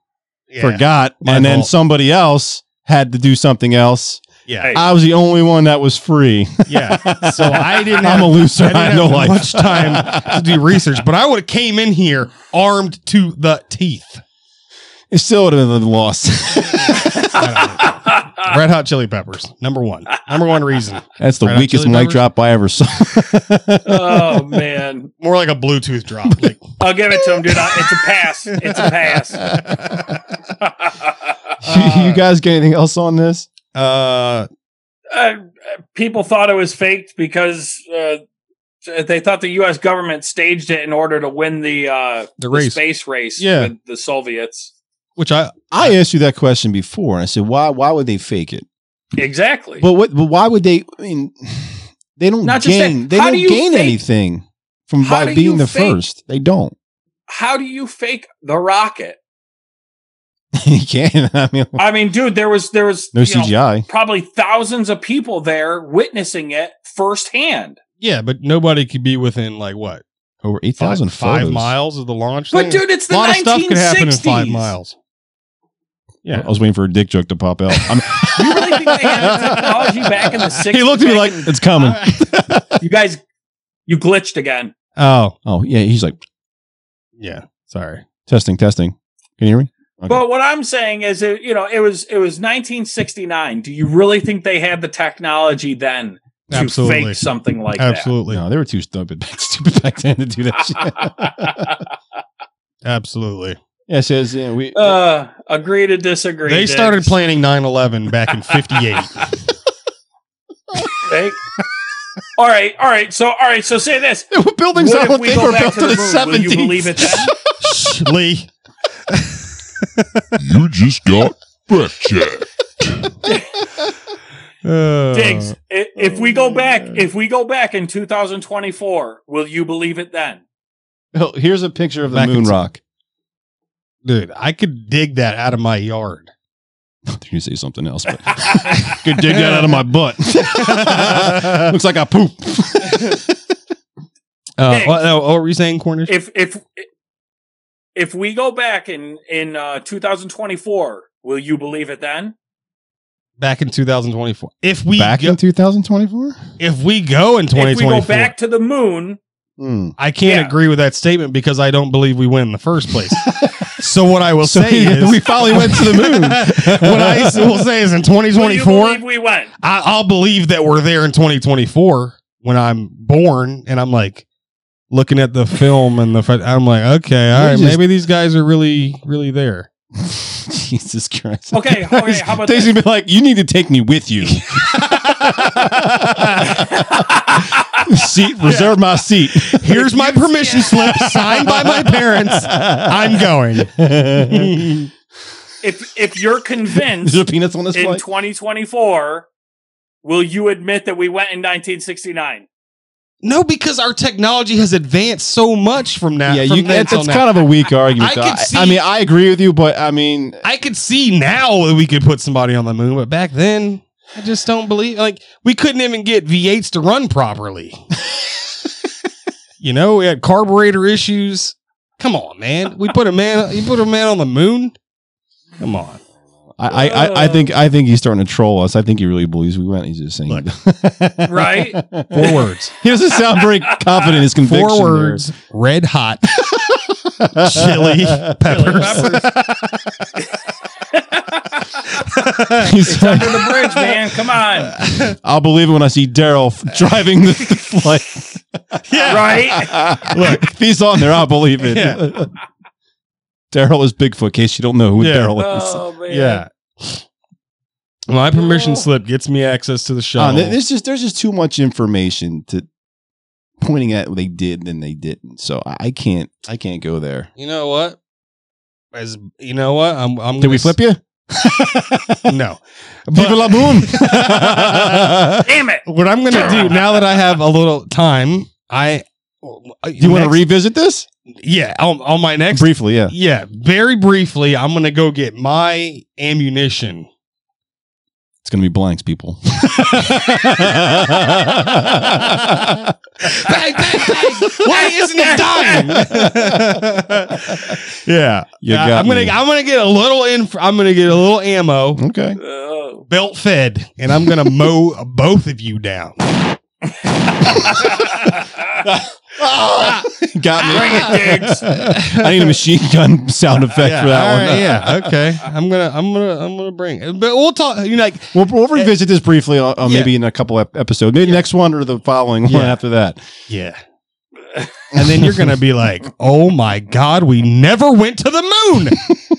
S2: yeah,
S1: forgot,
S2: My
S1: and then
S2: fault.
S1: somebody else had to do something else.
S2: yeah,
S3: Hey.
S1: I was the only one that was free.
S2: yeah. So I
S1: <laughs>
S2: didn't
S1: I'm
S2: have
S1: a loser.
S2: I
S1: I,
S2: didn't
S1: have no
S2: have
S1: life.
S2: much time to do research, but I would have came in here armed to the
S3: <laughs>
S2: teeth.
S1: <laughs> It still would have been
S2: <laughs>
S1: lost.
S2: Red Hot Chili Peppers, number one, number one reason.
S1: That's the
S2: Red Hot
S1: weakest
S2: Chili
S1: mic
S2: Peppers?
S1: drop I ever saw. <laughs>
S3: oh man,
S2: More like a Bluetooth <laughs> drop. Like,
S3: I'll give it to him, dude. I- It's a pass. It's a pass. <laughs>
S1: <laughs> you, you guys got anything else on this?
S2: <laughs> uh,
S3: uh, people thought it was faked because uh, they thought the U.S. government staged it in order to win the, uh,
S2: the
S3: the
S2: race,
S3: space race
S2: Yeah.
S3: with the Soviets.
S2: which I
S1: I asked you that question before, and I said, why? Why would they fake it?
S3: Exactly.
S1: But what? But why would they? I mean, <sighs> they don't
S3: Not just
S1: gain.
S3: that,
S1: they
S3: how
S1: don't
S3: do you
S1: gain
S3: fake-
S1: anything from
S3: how
S1: by
S3: do you
S1: being the
S3: fake-
S1: first. They don't. <laughs>
S3: How do you fake the rocket?
S1: you can't. I mean,
S3: I mean, dude, there was there was
S1: no
S3: you know,
S1: CGI.
S3: probably thousands of people there witnessing it firsthand.
S2: yeah, but nobody could be within like what
S1: Over eight
S2: five,
S1: thousand
S2: five miles of the launch.
S3: But
S2: thing?
S3: dude, it's the
S2: a lot of
S3: 1960s.
S2: stuff could happen in five miles.
S1: Yeah. I was waiting for a dick joke to pop out.
S3: <laughs>
S1: I'm,
S3: You really think they had
S1: <laughs>
S3: the technology back in the 60s?
S1: he looked at me
S3: back
S1: like it's coming.
S3: in- you guys, you glitched again.
S2: <laughs> oh,
S1: oh yeah, he's like
S2: yeah. Sorry.
S1: testing, testing. Can you hear me? Okay.
S3: But what I'm saying is, it, you know, it was it was 1969. Do you really think they had the technology then to
S2: Absolutely.
S3: fake something like
S2: Absolutely.
S1: No, they were too stupid, stupid back <laughs> then to do
S3: <laughs>
S1: that. <laughs> Shit.
S3: that?
S2: Absolutely.
S1: yeah, it says yeah, we.
S3: uh, agree to disagree.
S2: They
S3: Diggs.
S2: started planning 9 11 back <laughs> in 58.
S3: They- all right, all right. So, all right. So, say this:
S1: there were buildings
S3: What
S1: I
S3: if
S1: don't
S3: we
S1: think
S3: go
S1: were
S3: back
S1: built
S3: to
S1: in
S3: the
S1: the
S3: moon? Will you believe
S1: seventies.
S3: it
S1: <laughs>
S3: then?
S2: Shh, Lee.
S4: You just got butt checked.
S2: Uh,
S3: Diggs, i- if we go
S1: my
S3: back,
S1: God.
S3: if we go back in 2024, will you believe it then?
S1: Oh, here's a picture of the
S2: Back in-
S1: moon <laughs> rock.
S2: Dude, I could dig that out of my yard.
S1: I thought you were gonna say something
S3: <laughs>
S1: else, but could dig that out of my <laughs> butt. Looks like I <laughs> poop.
S2: <laughs> Uh,
S3: Diggs.
S2: what, no, what were you saying, Cornish?
S3: if if if we go back in in uh, 2024, will you believe it then?
S2: back in 2024. If we
S1: Back
S2: go,
S1: in 2024.
S2: if we go in
S3: If we
S2: 2024,
S3: go back to the moon,
S1: Hmm.
S2: I can't
S3: Yeah.
S2: agree with that statement because I don't believe we win in the first place. so what I will
S1: So
S2: say is
S1: we finally went to the moon.
S2: <laughs> what I s- will say is in
S3: will you
S2: 2024,
S3: believe we went? <laughs>
S2: I, I'll believe that we're there in 2024 when I'm born and I'm like looking at the film and the fa- I'm like, okay, all
S1: You're
S2: right,
S1: just-
S2: maybe these guys are really, really there.
S1: <laughs> Jesus Christ.
S3: Okay, okay. How about
S1: Daisy
S3: this?
S1: be like, you need to take me with
S3: <laughs>
S1: you. seat, reserve my
S3: <laughs>
S1: seat.
S2: Here's my permission slip signed by my parents.
S3: <laughs>
S2: I'm going.
S1: <laughs> Is
S3: if if
S1: <laughs>
S3: you're convinced
S1: there peanuts on this
S3: in
S1: flight?
S3: 2024, will you admit that we went in 1969?
S2: No, because our technology has advanced so much from now.
S1: yeah,
S2: from
S1: you,
S2: then
S1: it's,
S2: till
S1: it's
S2: now.
S1: kind of a weak argument.
S2: I
S1: though.
S2: could
S1: I,
S2: see-
S1: I mean, I agree with you, but I mean,
S2: I could see now that we could put somebody on the moon, but back then, I just don't believe. Like, we couldn't even get V8s to run properly. <laughs> You know, we had carburetor issues. Come on, man. We put a man. You put a man on the moon. Come on.
S1: I, I, I- I think I think he's starting to troll us. I think he really believes we went. He's just saying,
S2: Look.
S3: Right?
S2: Four words.
S1: <laughs> He doesn't sound very confident in his conviction.
S2: Four
S1: there.
S2: words. Red hot <laughs> chili peppers.
S1: <laughs> He's like,
S3: Under the bridge, man. Come
S1: <laughs>
S3: on.
S1: I'll believe it when I see Daryl f- driving the, the <laughs> flight. <laughs>
S3: Right?
S1: Look, if he's on there, I'll believe it.
S2: Yeah.
S1: Daryl is Bigfoot. In case you don't know who
S2: Yeah.
S1: Daryl is.
S3: Oh, man.
S2: Yeah. My permission slip gets me access to the
S1: Uh,
S2: shuttle.
S1: th- there's just there's just too much information to pointing at what they did and they didn't. So I I can't I can't go there.
S2: you know what? As you know what? I'm. I'm
S1: Did we
S2: gonna
S1: flip you?
S2: s- No.
S1: People la boom.
S2: <laughs>
S1: <laughs>
S3: Damn it.
S2: what I'm going to do now that I have a little time, I.
S1: Do you want to revisit this
S2: Yeah, on, on my next.
S1: briefly? Yeah.
S2: yeah, very briefly, I'm going to go get my ammunition.
S1: It's going to be blanks, <laughs> people.
S2: Bang, bang, bang. <laughs> Why isn't it dying? yeah,
S1: You
S2: I-
S1: got
S2: I'm gonna
S1: me.
S2: I'm gonna get a little in. I'm gonna get a little ammo,
S1: <laughs> okay.
S3: Oh.
S2: belt fed, and I'm gonna <laughs> mow both of you down.
S1: got me.
S3: Bring it,
S1: <laughs>
S3: Diggs.
S1: I need a machine gun sound effect
S2: Yeah,
S1: for
S2: all
S1: that
S2: right,
S1: one.
S2: yeah, okay. I'm gonna, I'm gonna, I'm gonna bring. It. But we'll talk. You know, like
S1: We'll, we'll revisit this briefly, uh, uh,
S2: Yeah.
S1: maybe in a couple ep- episodes, maybe next one or the following one
S2: Yeah.
S1: after that.
S2: Yeah. <laughs> And then you're gonna be like, "Oh my God, we never went to the moon."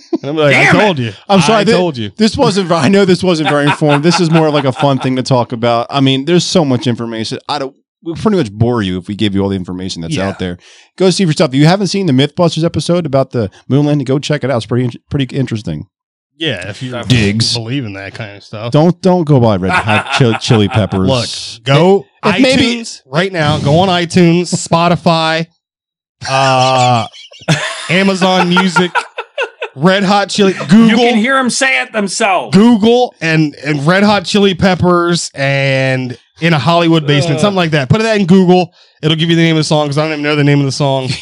S2: <laughs> And I'm like,
S3: Damn
S2: "I
S3: it.
S2: told you.
S1: I'm sorry,
S2: I
S1: that-
S2: told you."
S1: This wasn't. I know this wasn't very informed. This is more like a fun thing to talk about. I mean, there's so much information. I don't. We pretty much bore you if we give you all the information that's
S2: Yeah.
S1: out there. Go see for yourself. If you haven't seen the MythBusters episode about the moon landing, go check it out. It's pretty in- pretty interesting.
S2: Yeah, if you
S1: Digs.
S2: believe in that kind of stuff,
S1: Don't don't go buy red hot chili, chili peppers.
S2: look. Go
S1: If- if
S2: iTunes
S1: maybe-
S2: right now. Go on iTunes, Spotify, <laughs> uh, Amazon Music, Red Hot Chili,
S3: You can
S2: Google,
S3: hear them say it themselves.
S2: Google, and and Red Hot Chili Peppers, and in a Hollywood basement,
S3: Uh.
S2: something like that. Put that in Google. It'll give you the name of the song because I don't even know the name of
S1: <laughs>
S2: the song.
S1: Uh.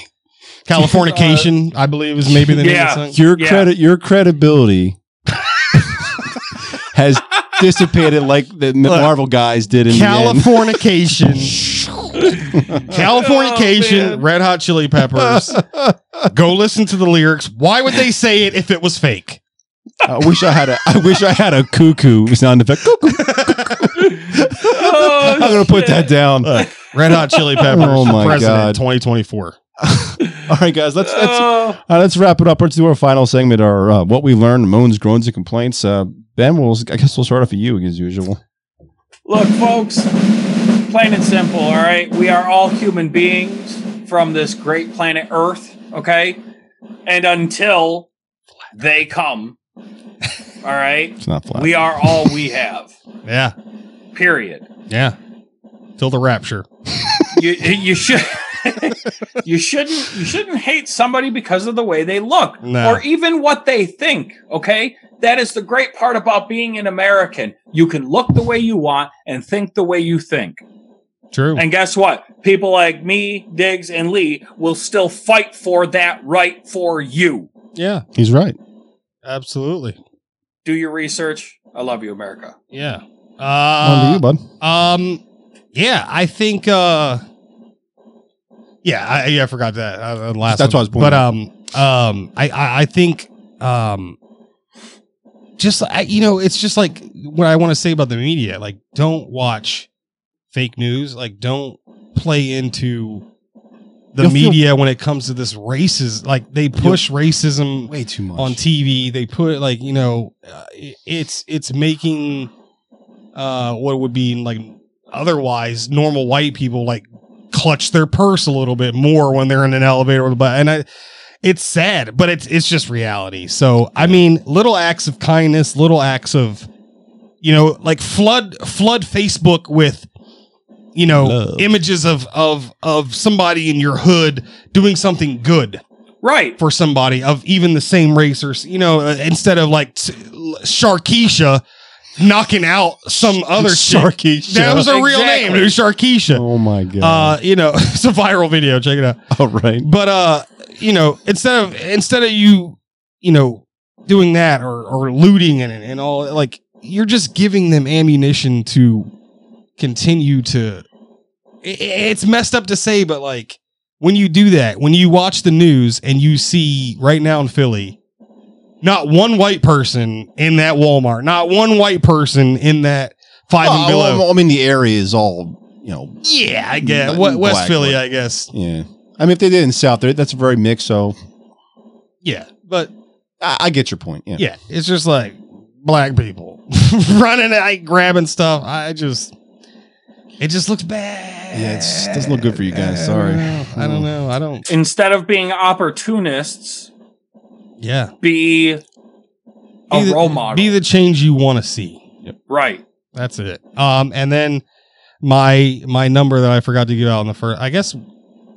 S2: Californication, I believe, is maybe the
S3: Yeah.
S2: name of the song.
S1: your
S3: Yeah.
S1: credit your
S2: <laughs>
S1: credibility has dissipated like the Marvel guys did in <laughs>
S2: Californication. <laughs> Californication,
S3: Oh, man.
S2: Red Hot Chili
S1: the <laughs> end.
S2: Peppers. Go listen to the lyrics. Why would they say it if it was fake?
S1: I wish I had a I wish I had a cuckoo sound effect. Cuckoo. <laughs>
S3: Oh,
S1: I'm gonna put
S3: shit.
S1: that down.
S2: Look, Red
S1: <laughs>
S2: Hot Chili Peppers,
S1: Oh my
S2: President
S1: God.
S2: 2024.
S1: All right, guys, let's let's
S3: Oh.
S1: uh, let's wrap it up. Let's do our final segment. Our uh, what we learned, moans, groans, and complaints. Uh, ben, we'll I guess we'll start off with you as usual.
S3: Look, folks, plain and simple, all right? We are all human beings from this great planet Earth, okay? And until they come, all right,
S1: It's not flat.
S3: we are all we have,
S2: Yeah,
S3: period.
S2: yeah. Till the rapture.
S3: You, you should. <laughs> you shouldn't you shouldn't hate somebody because of the way they look
S2: No.
S3: or even what they think okay that is the great part about being an american you can look the way you want and think the way you think
S2: True.
S3: And guess what? People like me, Diggs, and Lee will still fight for that right for you.
S2: Yeah,
S1: He's right.
S2: absolutely.
S3: Do your research. I love you, America.
S2: Yeah.
S1: On to
S2: Uh,
S1: you, bud.
S2: um, yeah, I think. Uh, yeah, I, yeah, I forgot that uh, uh, last.
S1: That's
S2: one.
S1: what I was pointing
S2: But um, um, I, I, I think um, just I, you know, it's just like what I want to say about the media. Like, don't watch fake news. Like, don't play into the
S1: You'll feel-
S2: media when it comes to this races. Like, they push racism
S1: Way too much.
S2: on TV. They put like you know, uh, i- it's it's making uh what would be like otherwise normal white people like clutch their purse a little bit more when they're in an elevator with a bu- and I. It's sad, but it's it's just reality. So I mean, little acts of kindness, little acts of, you know, like flood flood Facebook with, you know,
S1: Love.
S2: images of of of somebody in your hood doing something good
S3: Right.
S2: for somebody of even the same race or s- you know uh, instead of like s- l- Sharkeisha knocking out some other
S1: <laughs>
S2: chick.
S1: Sharky.
S2: That was her real
S3: Exactly.
S2: name. It was Sharkeisha.
S1: <laughs> Oh my god.
S2: Uh, you know, <laughs> it's a viral video. Check it out.
S1: All right.
S2: But uh, you know, instead of instead of you, you know, doing that or or looting and and all like you're just giving them ammunition to continue to. i- i- It's messed up to say, but like when you do that, when you watch the news and you see right now in Philly, not one white person in that Walmart, not one white person in that five and
S1: Well,
S2: below.
S1: I- I mean, the area is all you know.
S2: yeah, I guess
S1: Not
S2: what West
S1: black,
S2: Philly,
S1: but-
S2: I guess.
S1: Yeah. I mean, if they did in South, there that's very mixed. So
S2: Yeah, but
S1: I, I get your point. Yeah.
S2: yeah, it's just like black people <laughs> running, like grabbing stuff. I just, it just looks bad.
S1: Yeah, it's- doesn't look good for you guys. Sorry.
S2: I don't know. I don't. Know. I don't
S3: Instead of being opportunists,
S2: yeah,
S3: be a
S2: Be the-
S3: role model.
S2: Be the change you want to see.
S3: right.
S2: That's it. Um, and then my my number that I forgot to give out in the first. I guess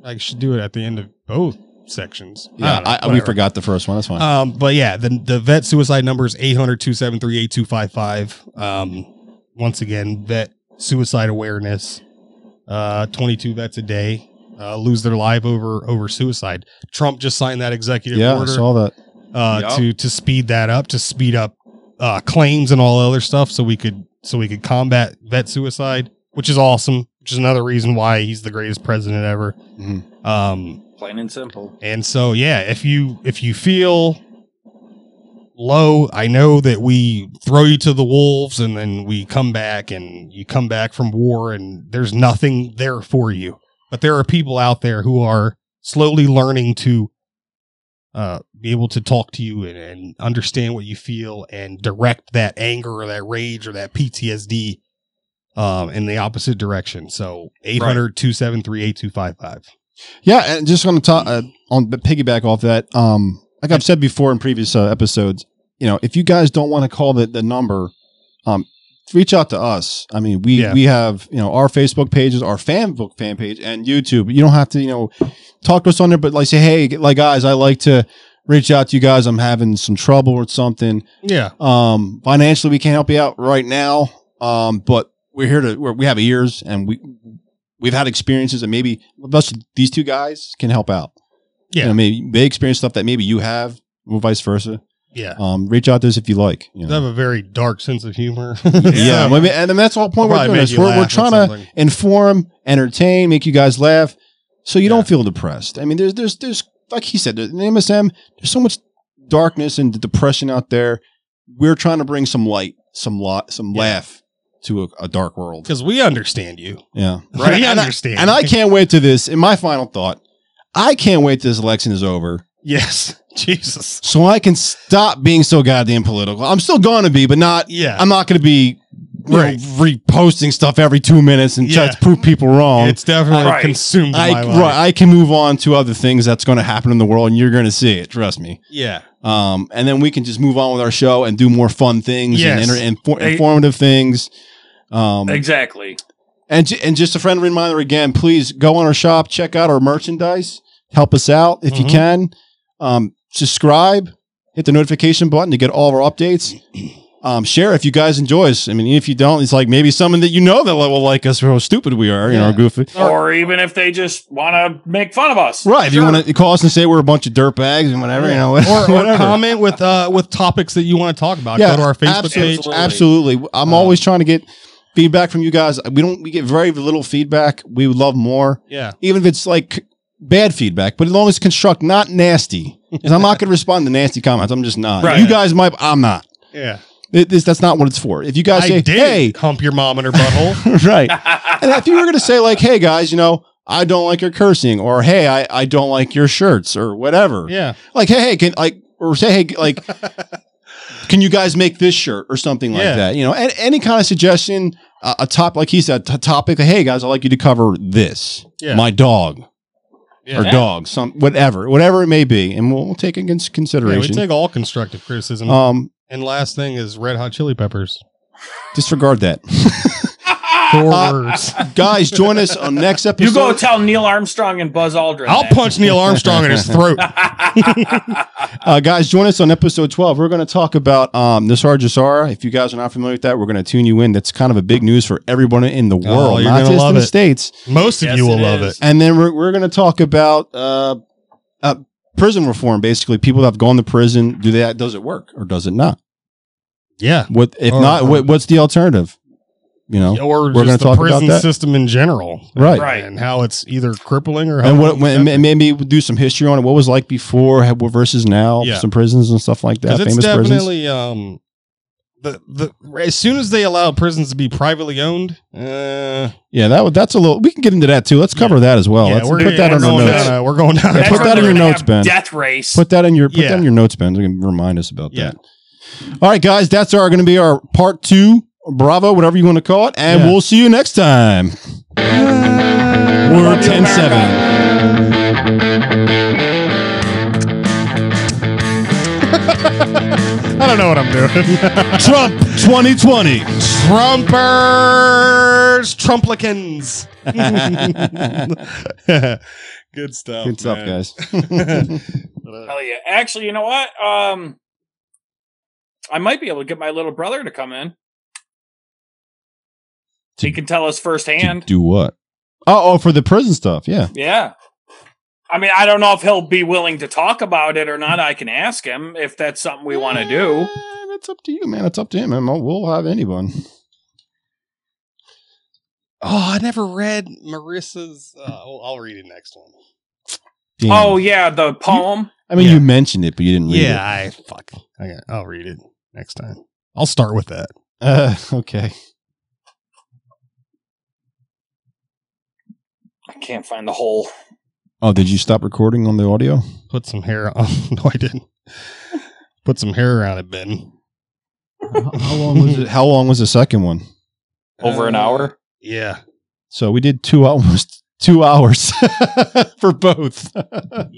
S2: I should do it at the end of both sections.
S1: Yeah.
S2: don't know,
S1: I we
S2: whatever.
S1: forgot the first one. That's fine.
S2: Um, but yeah, the the vet suicide number is 800 273 8255. Um, once again, vet suicide awareness. Uh, 22 vets a day uh, lose their life over over suicide. Trump just signed that executive
S1: yeah. I
S2: order
S1: saw that.
S2: uh,
S3: Yup.
S2: to to speed that up, to speed up uh, claims and all other stuff, so we could so we could combat vet suicide, which is awesome. Which is another reason why he's the greatest president ever.
S1: Mhm.
S2: Um,
S3: Plain and simple.
S2: and so yeah, if you if you feel low, I know that we throw you to the wolves and then we come back and you come back from war and there's nothing there for you. But there are people out there who are slowly learning to uh, be able to talk to you and, and understand what you feel and direct that anger or that rage or that PTSD um, in the opposite direction. So 800 273 8255.
S1: Yeah, and just on the top, uh, on the piggyback off that, um, like I've said before in previous uh, episodes, you know, if you guys don't want to call the, the number, um, reach out to us. I mean, we
S2: Yeah.
S1: we have you know our Facebook pages, our fanbook fan page, and YouTube. You don't have to you know talk to us on there, but like say, hey, like guys, I like to reach out to you guys. I'm having some trouble or something.
S2: Yeah.
S1: Um, financially, we can't help you out right now. Um, but we're here to we're, we have ears and we we've had experiences and maybe us these two guys can help out.
S2: Yeah.
S1: you know, maybe they experience stuff that maybe you have, or vice versa.
S2: Yeah.
S1: Um, reach out to us if you like. You
S2: They have
S1: know?
S2: a very dark sense of humor. <laughs>
S1: yeah, I mean, and then that's the whole point we're doing this. We're, we're trying to inform, entertain, make you guys laugh, so you
S2: Yeah.
S1: don't feel depressed. I mean, there's there's there's like he said, there's- in MSM, there's so much darkness and depression out there. We're trying to bring some light, some lot, some
S2: Yeah.
S1: laugh to a, a dark world.
S2: because we understand
S1: <laughs>
S2: you.
S1: Yeah,
S2: Right?
S1: And
S2: We
S1: I-
S2: understand.
S1: and I can't wait to this. In my final thought, I can't wait till this election is over.
S2: <laughs> Yes, Jesus.
S1: So I can stop being so goddamn political. I'm still going to be, but not.
S2: Yeah,
S1: I'm not going to be you know,
S2: Right.
S1: reposting stuff every two minutes and try
S2: Yeah.
S1: to prove people wrong.
S2: it's definitely
S3: Right.
S2: consumed
S1: I,
S2: my life.
S1: right, I can move on to other things that's going to happen in the world, and you're going to see it. Trust me.
S2: Yeah,
S1: Um, and then we can just move on with our show and do more fun things
S2: Yes.
S1: and, inter- infor-
S3: Hey.
S1: informative things. Um,
S3: Exactly.
S1: and ju- and just a friendly reminder again, please go on our shop, check out our merchandise, help us out if
S2: Mhm.
S1: you can. Um, subscribe, hit the notification button to get all of our updates. Um, share if you guys enjoy us. I mean, if you don't, it's like maybe someone that you know that will like us for how stupid we are, you
S2: Yeah.
S1: know, goofy.
S3: Or even if they just want to make fun of us.
S1: Right. If you
S3: Sure.
S1: want to call us and say we're a bunch of dirtbags and whatever, you know, <laughs>
S2: or, or
S1: whatever.
S2: comment with uh with topics that you want to talk about. Go to our Facebook
S1: absolutely,
S2: page.
S1: Absolutely. I'm
S2: Um,
S1: always trying to get feedback from you guys. We don't, we get very little feedback. We would love more.
S2: Yeah,
S1: even if it's like bad feedback, but as long as it's construct, not nasty. 'Cause I'm not going to respond to nasty comments. I'm just not.
S3: Right.
S1: You guys might. I'm not.
S2: yeah.
S1: It- this, that's not what it's for. If you guys
S2: I
S1: say,
S2: did <laughs> hump your mom in her butthole.
S1: <laughs> "Hey," right, and if you were going to say like, "Hey guys, you know, I don't like your cursing," or "Hey, I, I don't like your shirts," or whatever,
S2: yeah,
S1: like, "Hey, hey, can like." Or say, hey, like,
S2: <laughs>
S1: can you guys make this shirt or something like
S2: Yeah.
S1: that? You know, and any kind of suggestion, uh, a top like he said, a topic. Hey guys, I'd like you to cover this.
S2: Yeah.
S1: My dog
S2: yeah.
S1: or
S3: Yeah.
S1: dog, some whatever, whatever it may be, and we'll, we'll take it into
S2: Yeah, we
S1: consideration.
S2: take all constructive criticism.
S1: um, <laughs>
S2: and last thing is Red Hot Chili Peppers. <laughs>
S1: disregard that.
S2: Forwards.
S1: Guys, join us on next episode.
S3: <laughs> You go tell Neil Armstrong and Buzz Aldrin.
S2: I'll
S3: <laughs>
S2: punch Neil Armstrong in his throat.
S3: punch.
S1: Uh, guys, join us on episode 12. We're going to talk about um, Nisar Jasara. If you guys are not familiar with that, we're going to tune you in. That's kind of a big news for everyone in the world,
S2: Oh, you're
S1: not
S2: gonna
S1: just
S2: love
S1: in the
S2: it.
S1: States.
S2: Most of
S3: Yes,
S2: you will
S3: it
S2: love
S3: is.
S2: it.
S1: And then we're, we're going to talk about uh, uh, prison reform, basically. People that have gone to prison, do that? does it work or does it not?
S2: Yeah.
S1: What If
S2: Or-
S1: not, what, what's the alternative? You know?
S2: Or
S1: gonna
S2: just the
S1: talk about
S2: prison
S1: that.
S2: system in general.
S1: Right.
S3: Right.
S2: And how it's either crippling or how
S1: And what, when, uh, and maybe we'll do some history on it. What was like before ha- what versus now?
S2: Yeah.
S1: Some prisons and stuff like that.
S2: Because
S1: Famous
S2: it's
S1: prisons.
S2: definitely um the the as soon as they allow prisons to be privately owned, uh,
S1: Yeah, that would, that's a little. We can get into that too. Let's cover that as well.
S2: yeah,
S1: Oh, Let's
S2: we're,
S1: put that
S2: we're
S1: on the
S2: going
S1: notes.
S2: down. A, we're going down.
S1: Yeah,
S2: a-
S1: put that in your notes, Ben.
S3: Death race.
S1: Put that in your put that
S2: Yeah.
S1: in your notes, Ben. You can Remind us about
S2: Yeah.
S1: that. All right, guys, that's our going to be our part two. Bravo, whatever you want to call it, and
S2: Yeah.
S1: we'll see you next time. We're
S3: Love you,
S1: ten
S3: America.
S1: seven.
S2: I don't know what I'm doing.
S1: Trump twenty twenty.
S2: Trumpers, Trumplicans. <laughs> Good stuff.
S1: <laughs> Good stuff,
S2: man. Uh,
S1: guys.
S3: <laughs> Hell yeah. Actually, you know what? Um, I might be able to get my little brother to come in.
S1: To-
S3: he can tell us
S1: To
S3: firsthand.
S1: do what? Oh, oh, for the prison stuff. Yeah.
S3: yeah. I mean, I don't know if he'll be willing to talk about it or not. I can ask him if that's something we want to do.
S1: Eh, That's up to you, man. That's up to him. And we'll have anyone.
S2: Oh, I never read Marissa's. Uh, well, I'll read it next one.
S1: Damn.
S3: Oh, yeah. The poem.
S1: I mean,
S2: yeah.
S1: you mentioned it, but you didn't read it.
S2: Yeah, I fuck. I got, I'll read it next time. I'll start with that.
S1: Uh, okay.
S3: I can't find the whole.
S1: Oh, did you stop recording on the audio?
S2: Put some hair on. <laughs> no, I didn't. Put some hair around it, Ben.
S1: How long was it? How long was the second one?
S3: Over an
S2: Uh,
S3: hour?
S2: Yeah.
S1: <laughs> So we did two almost two hours for both. <laughs>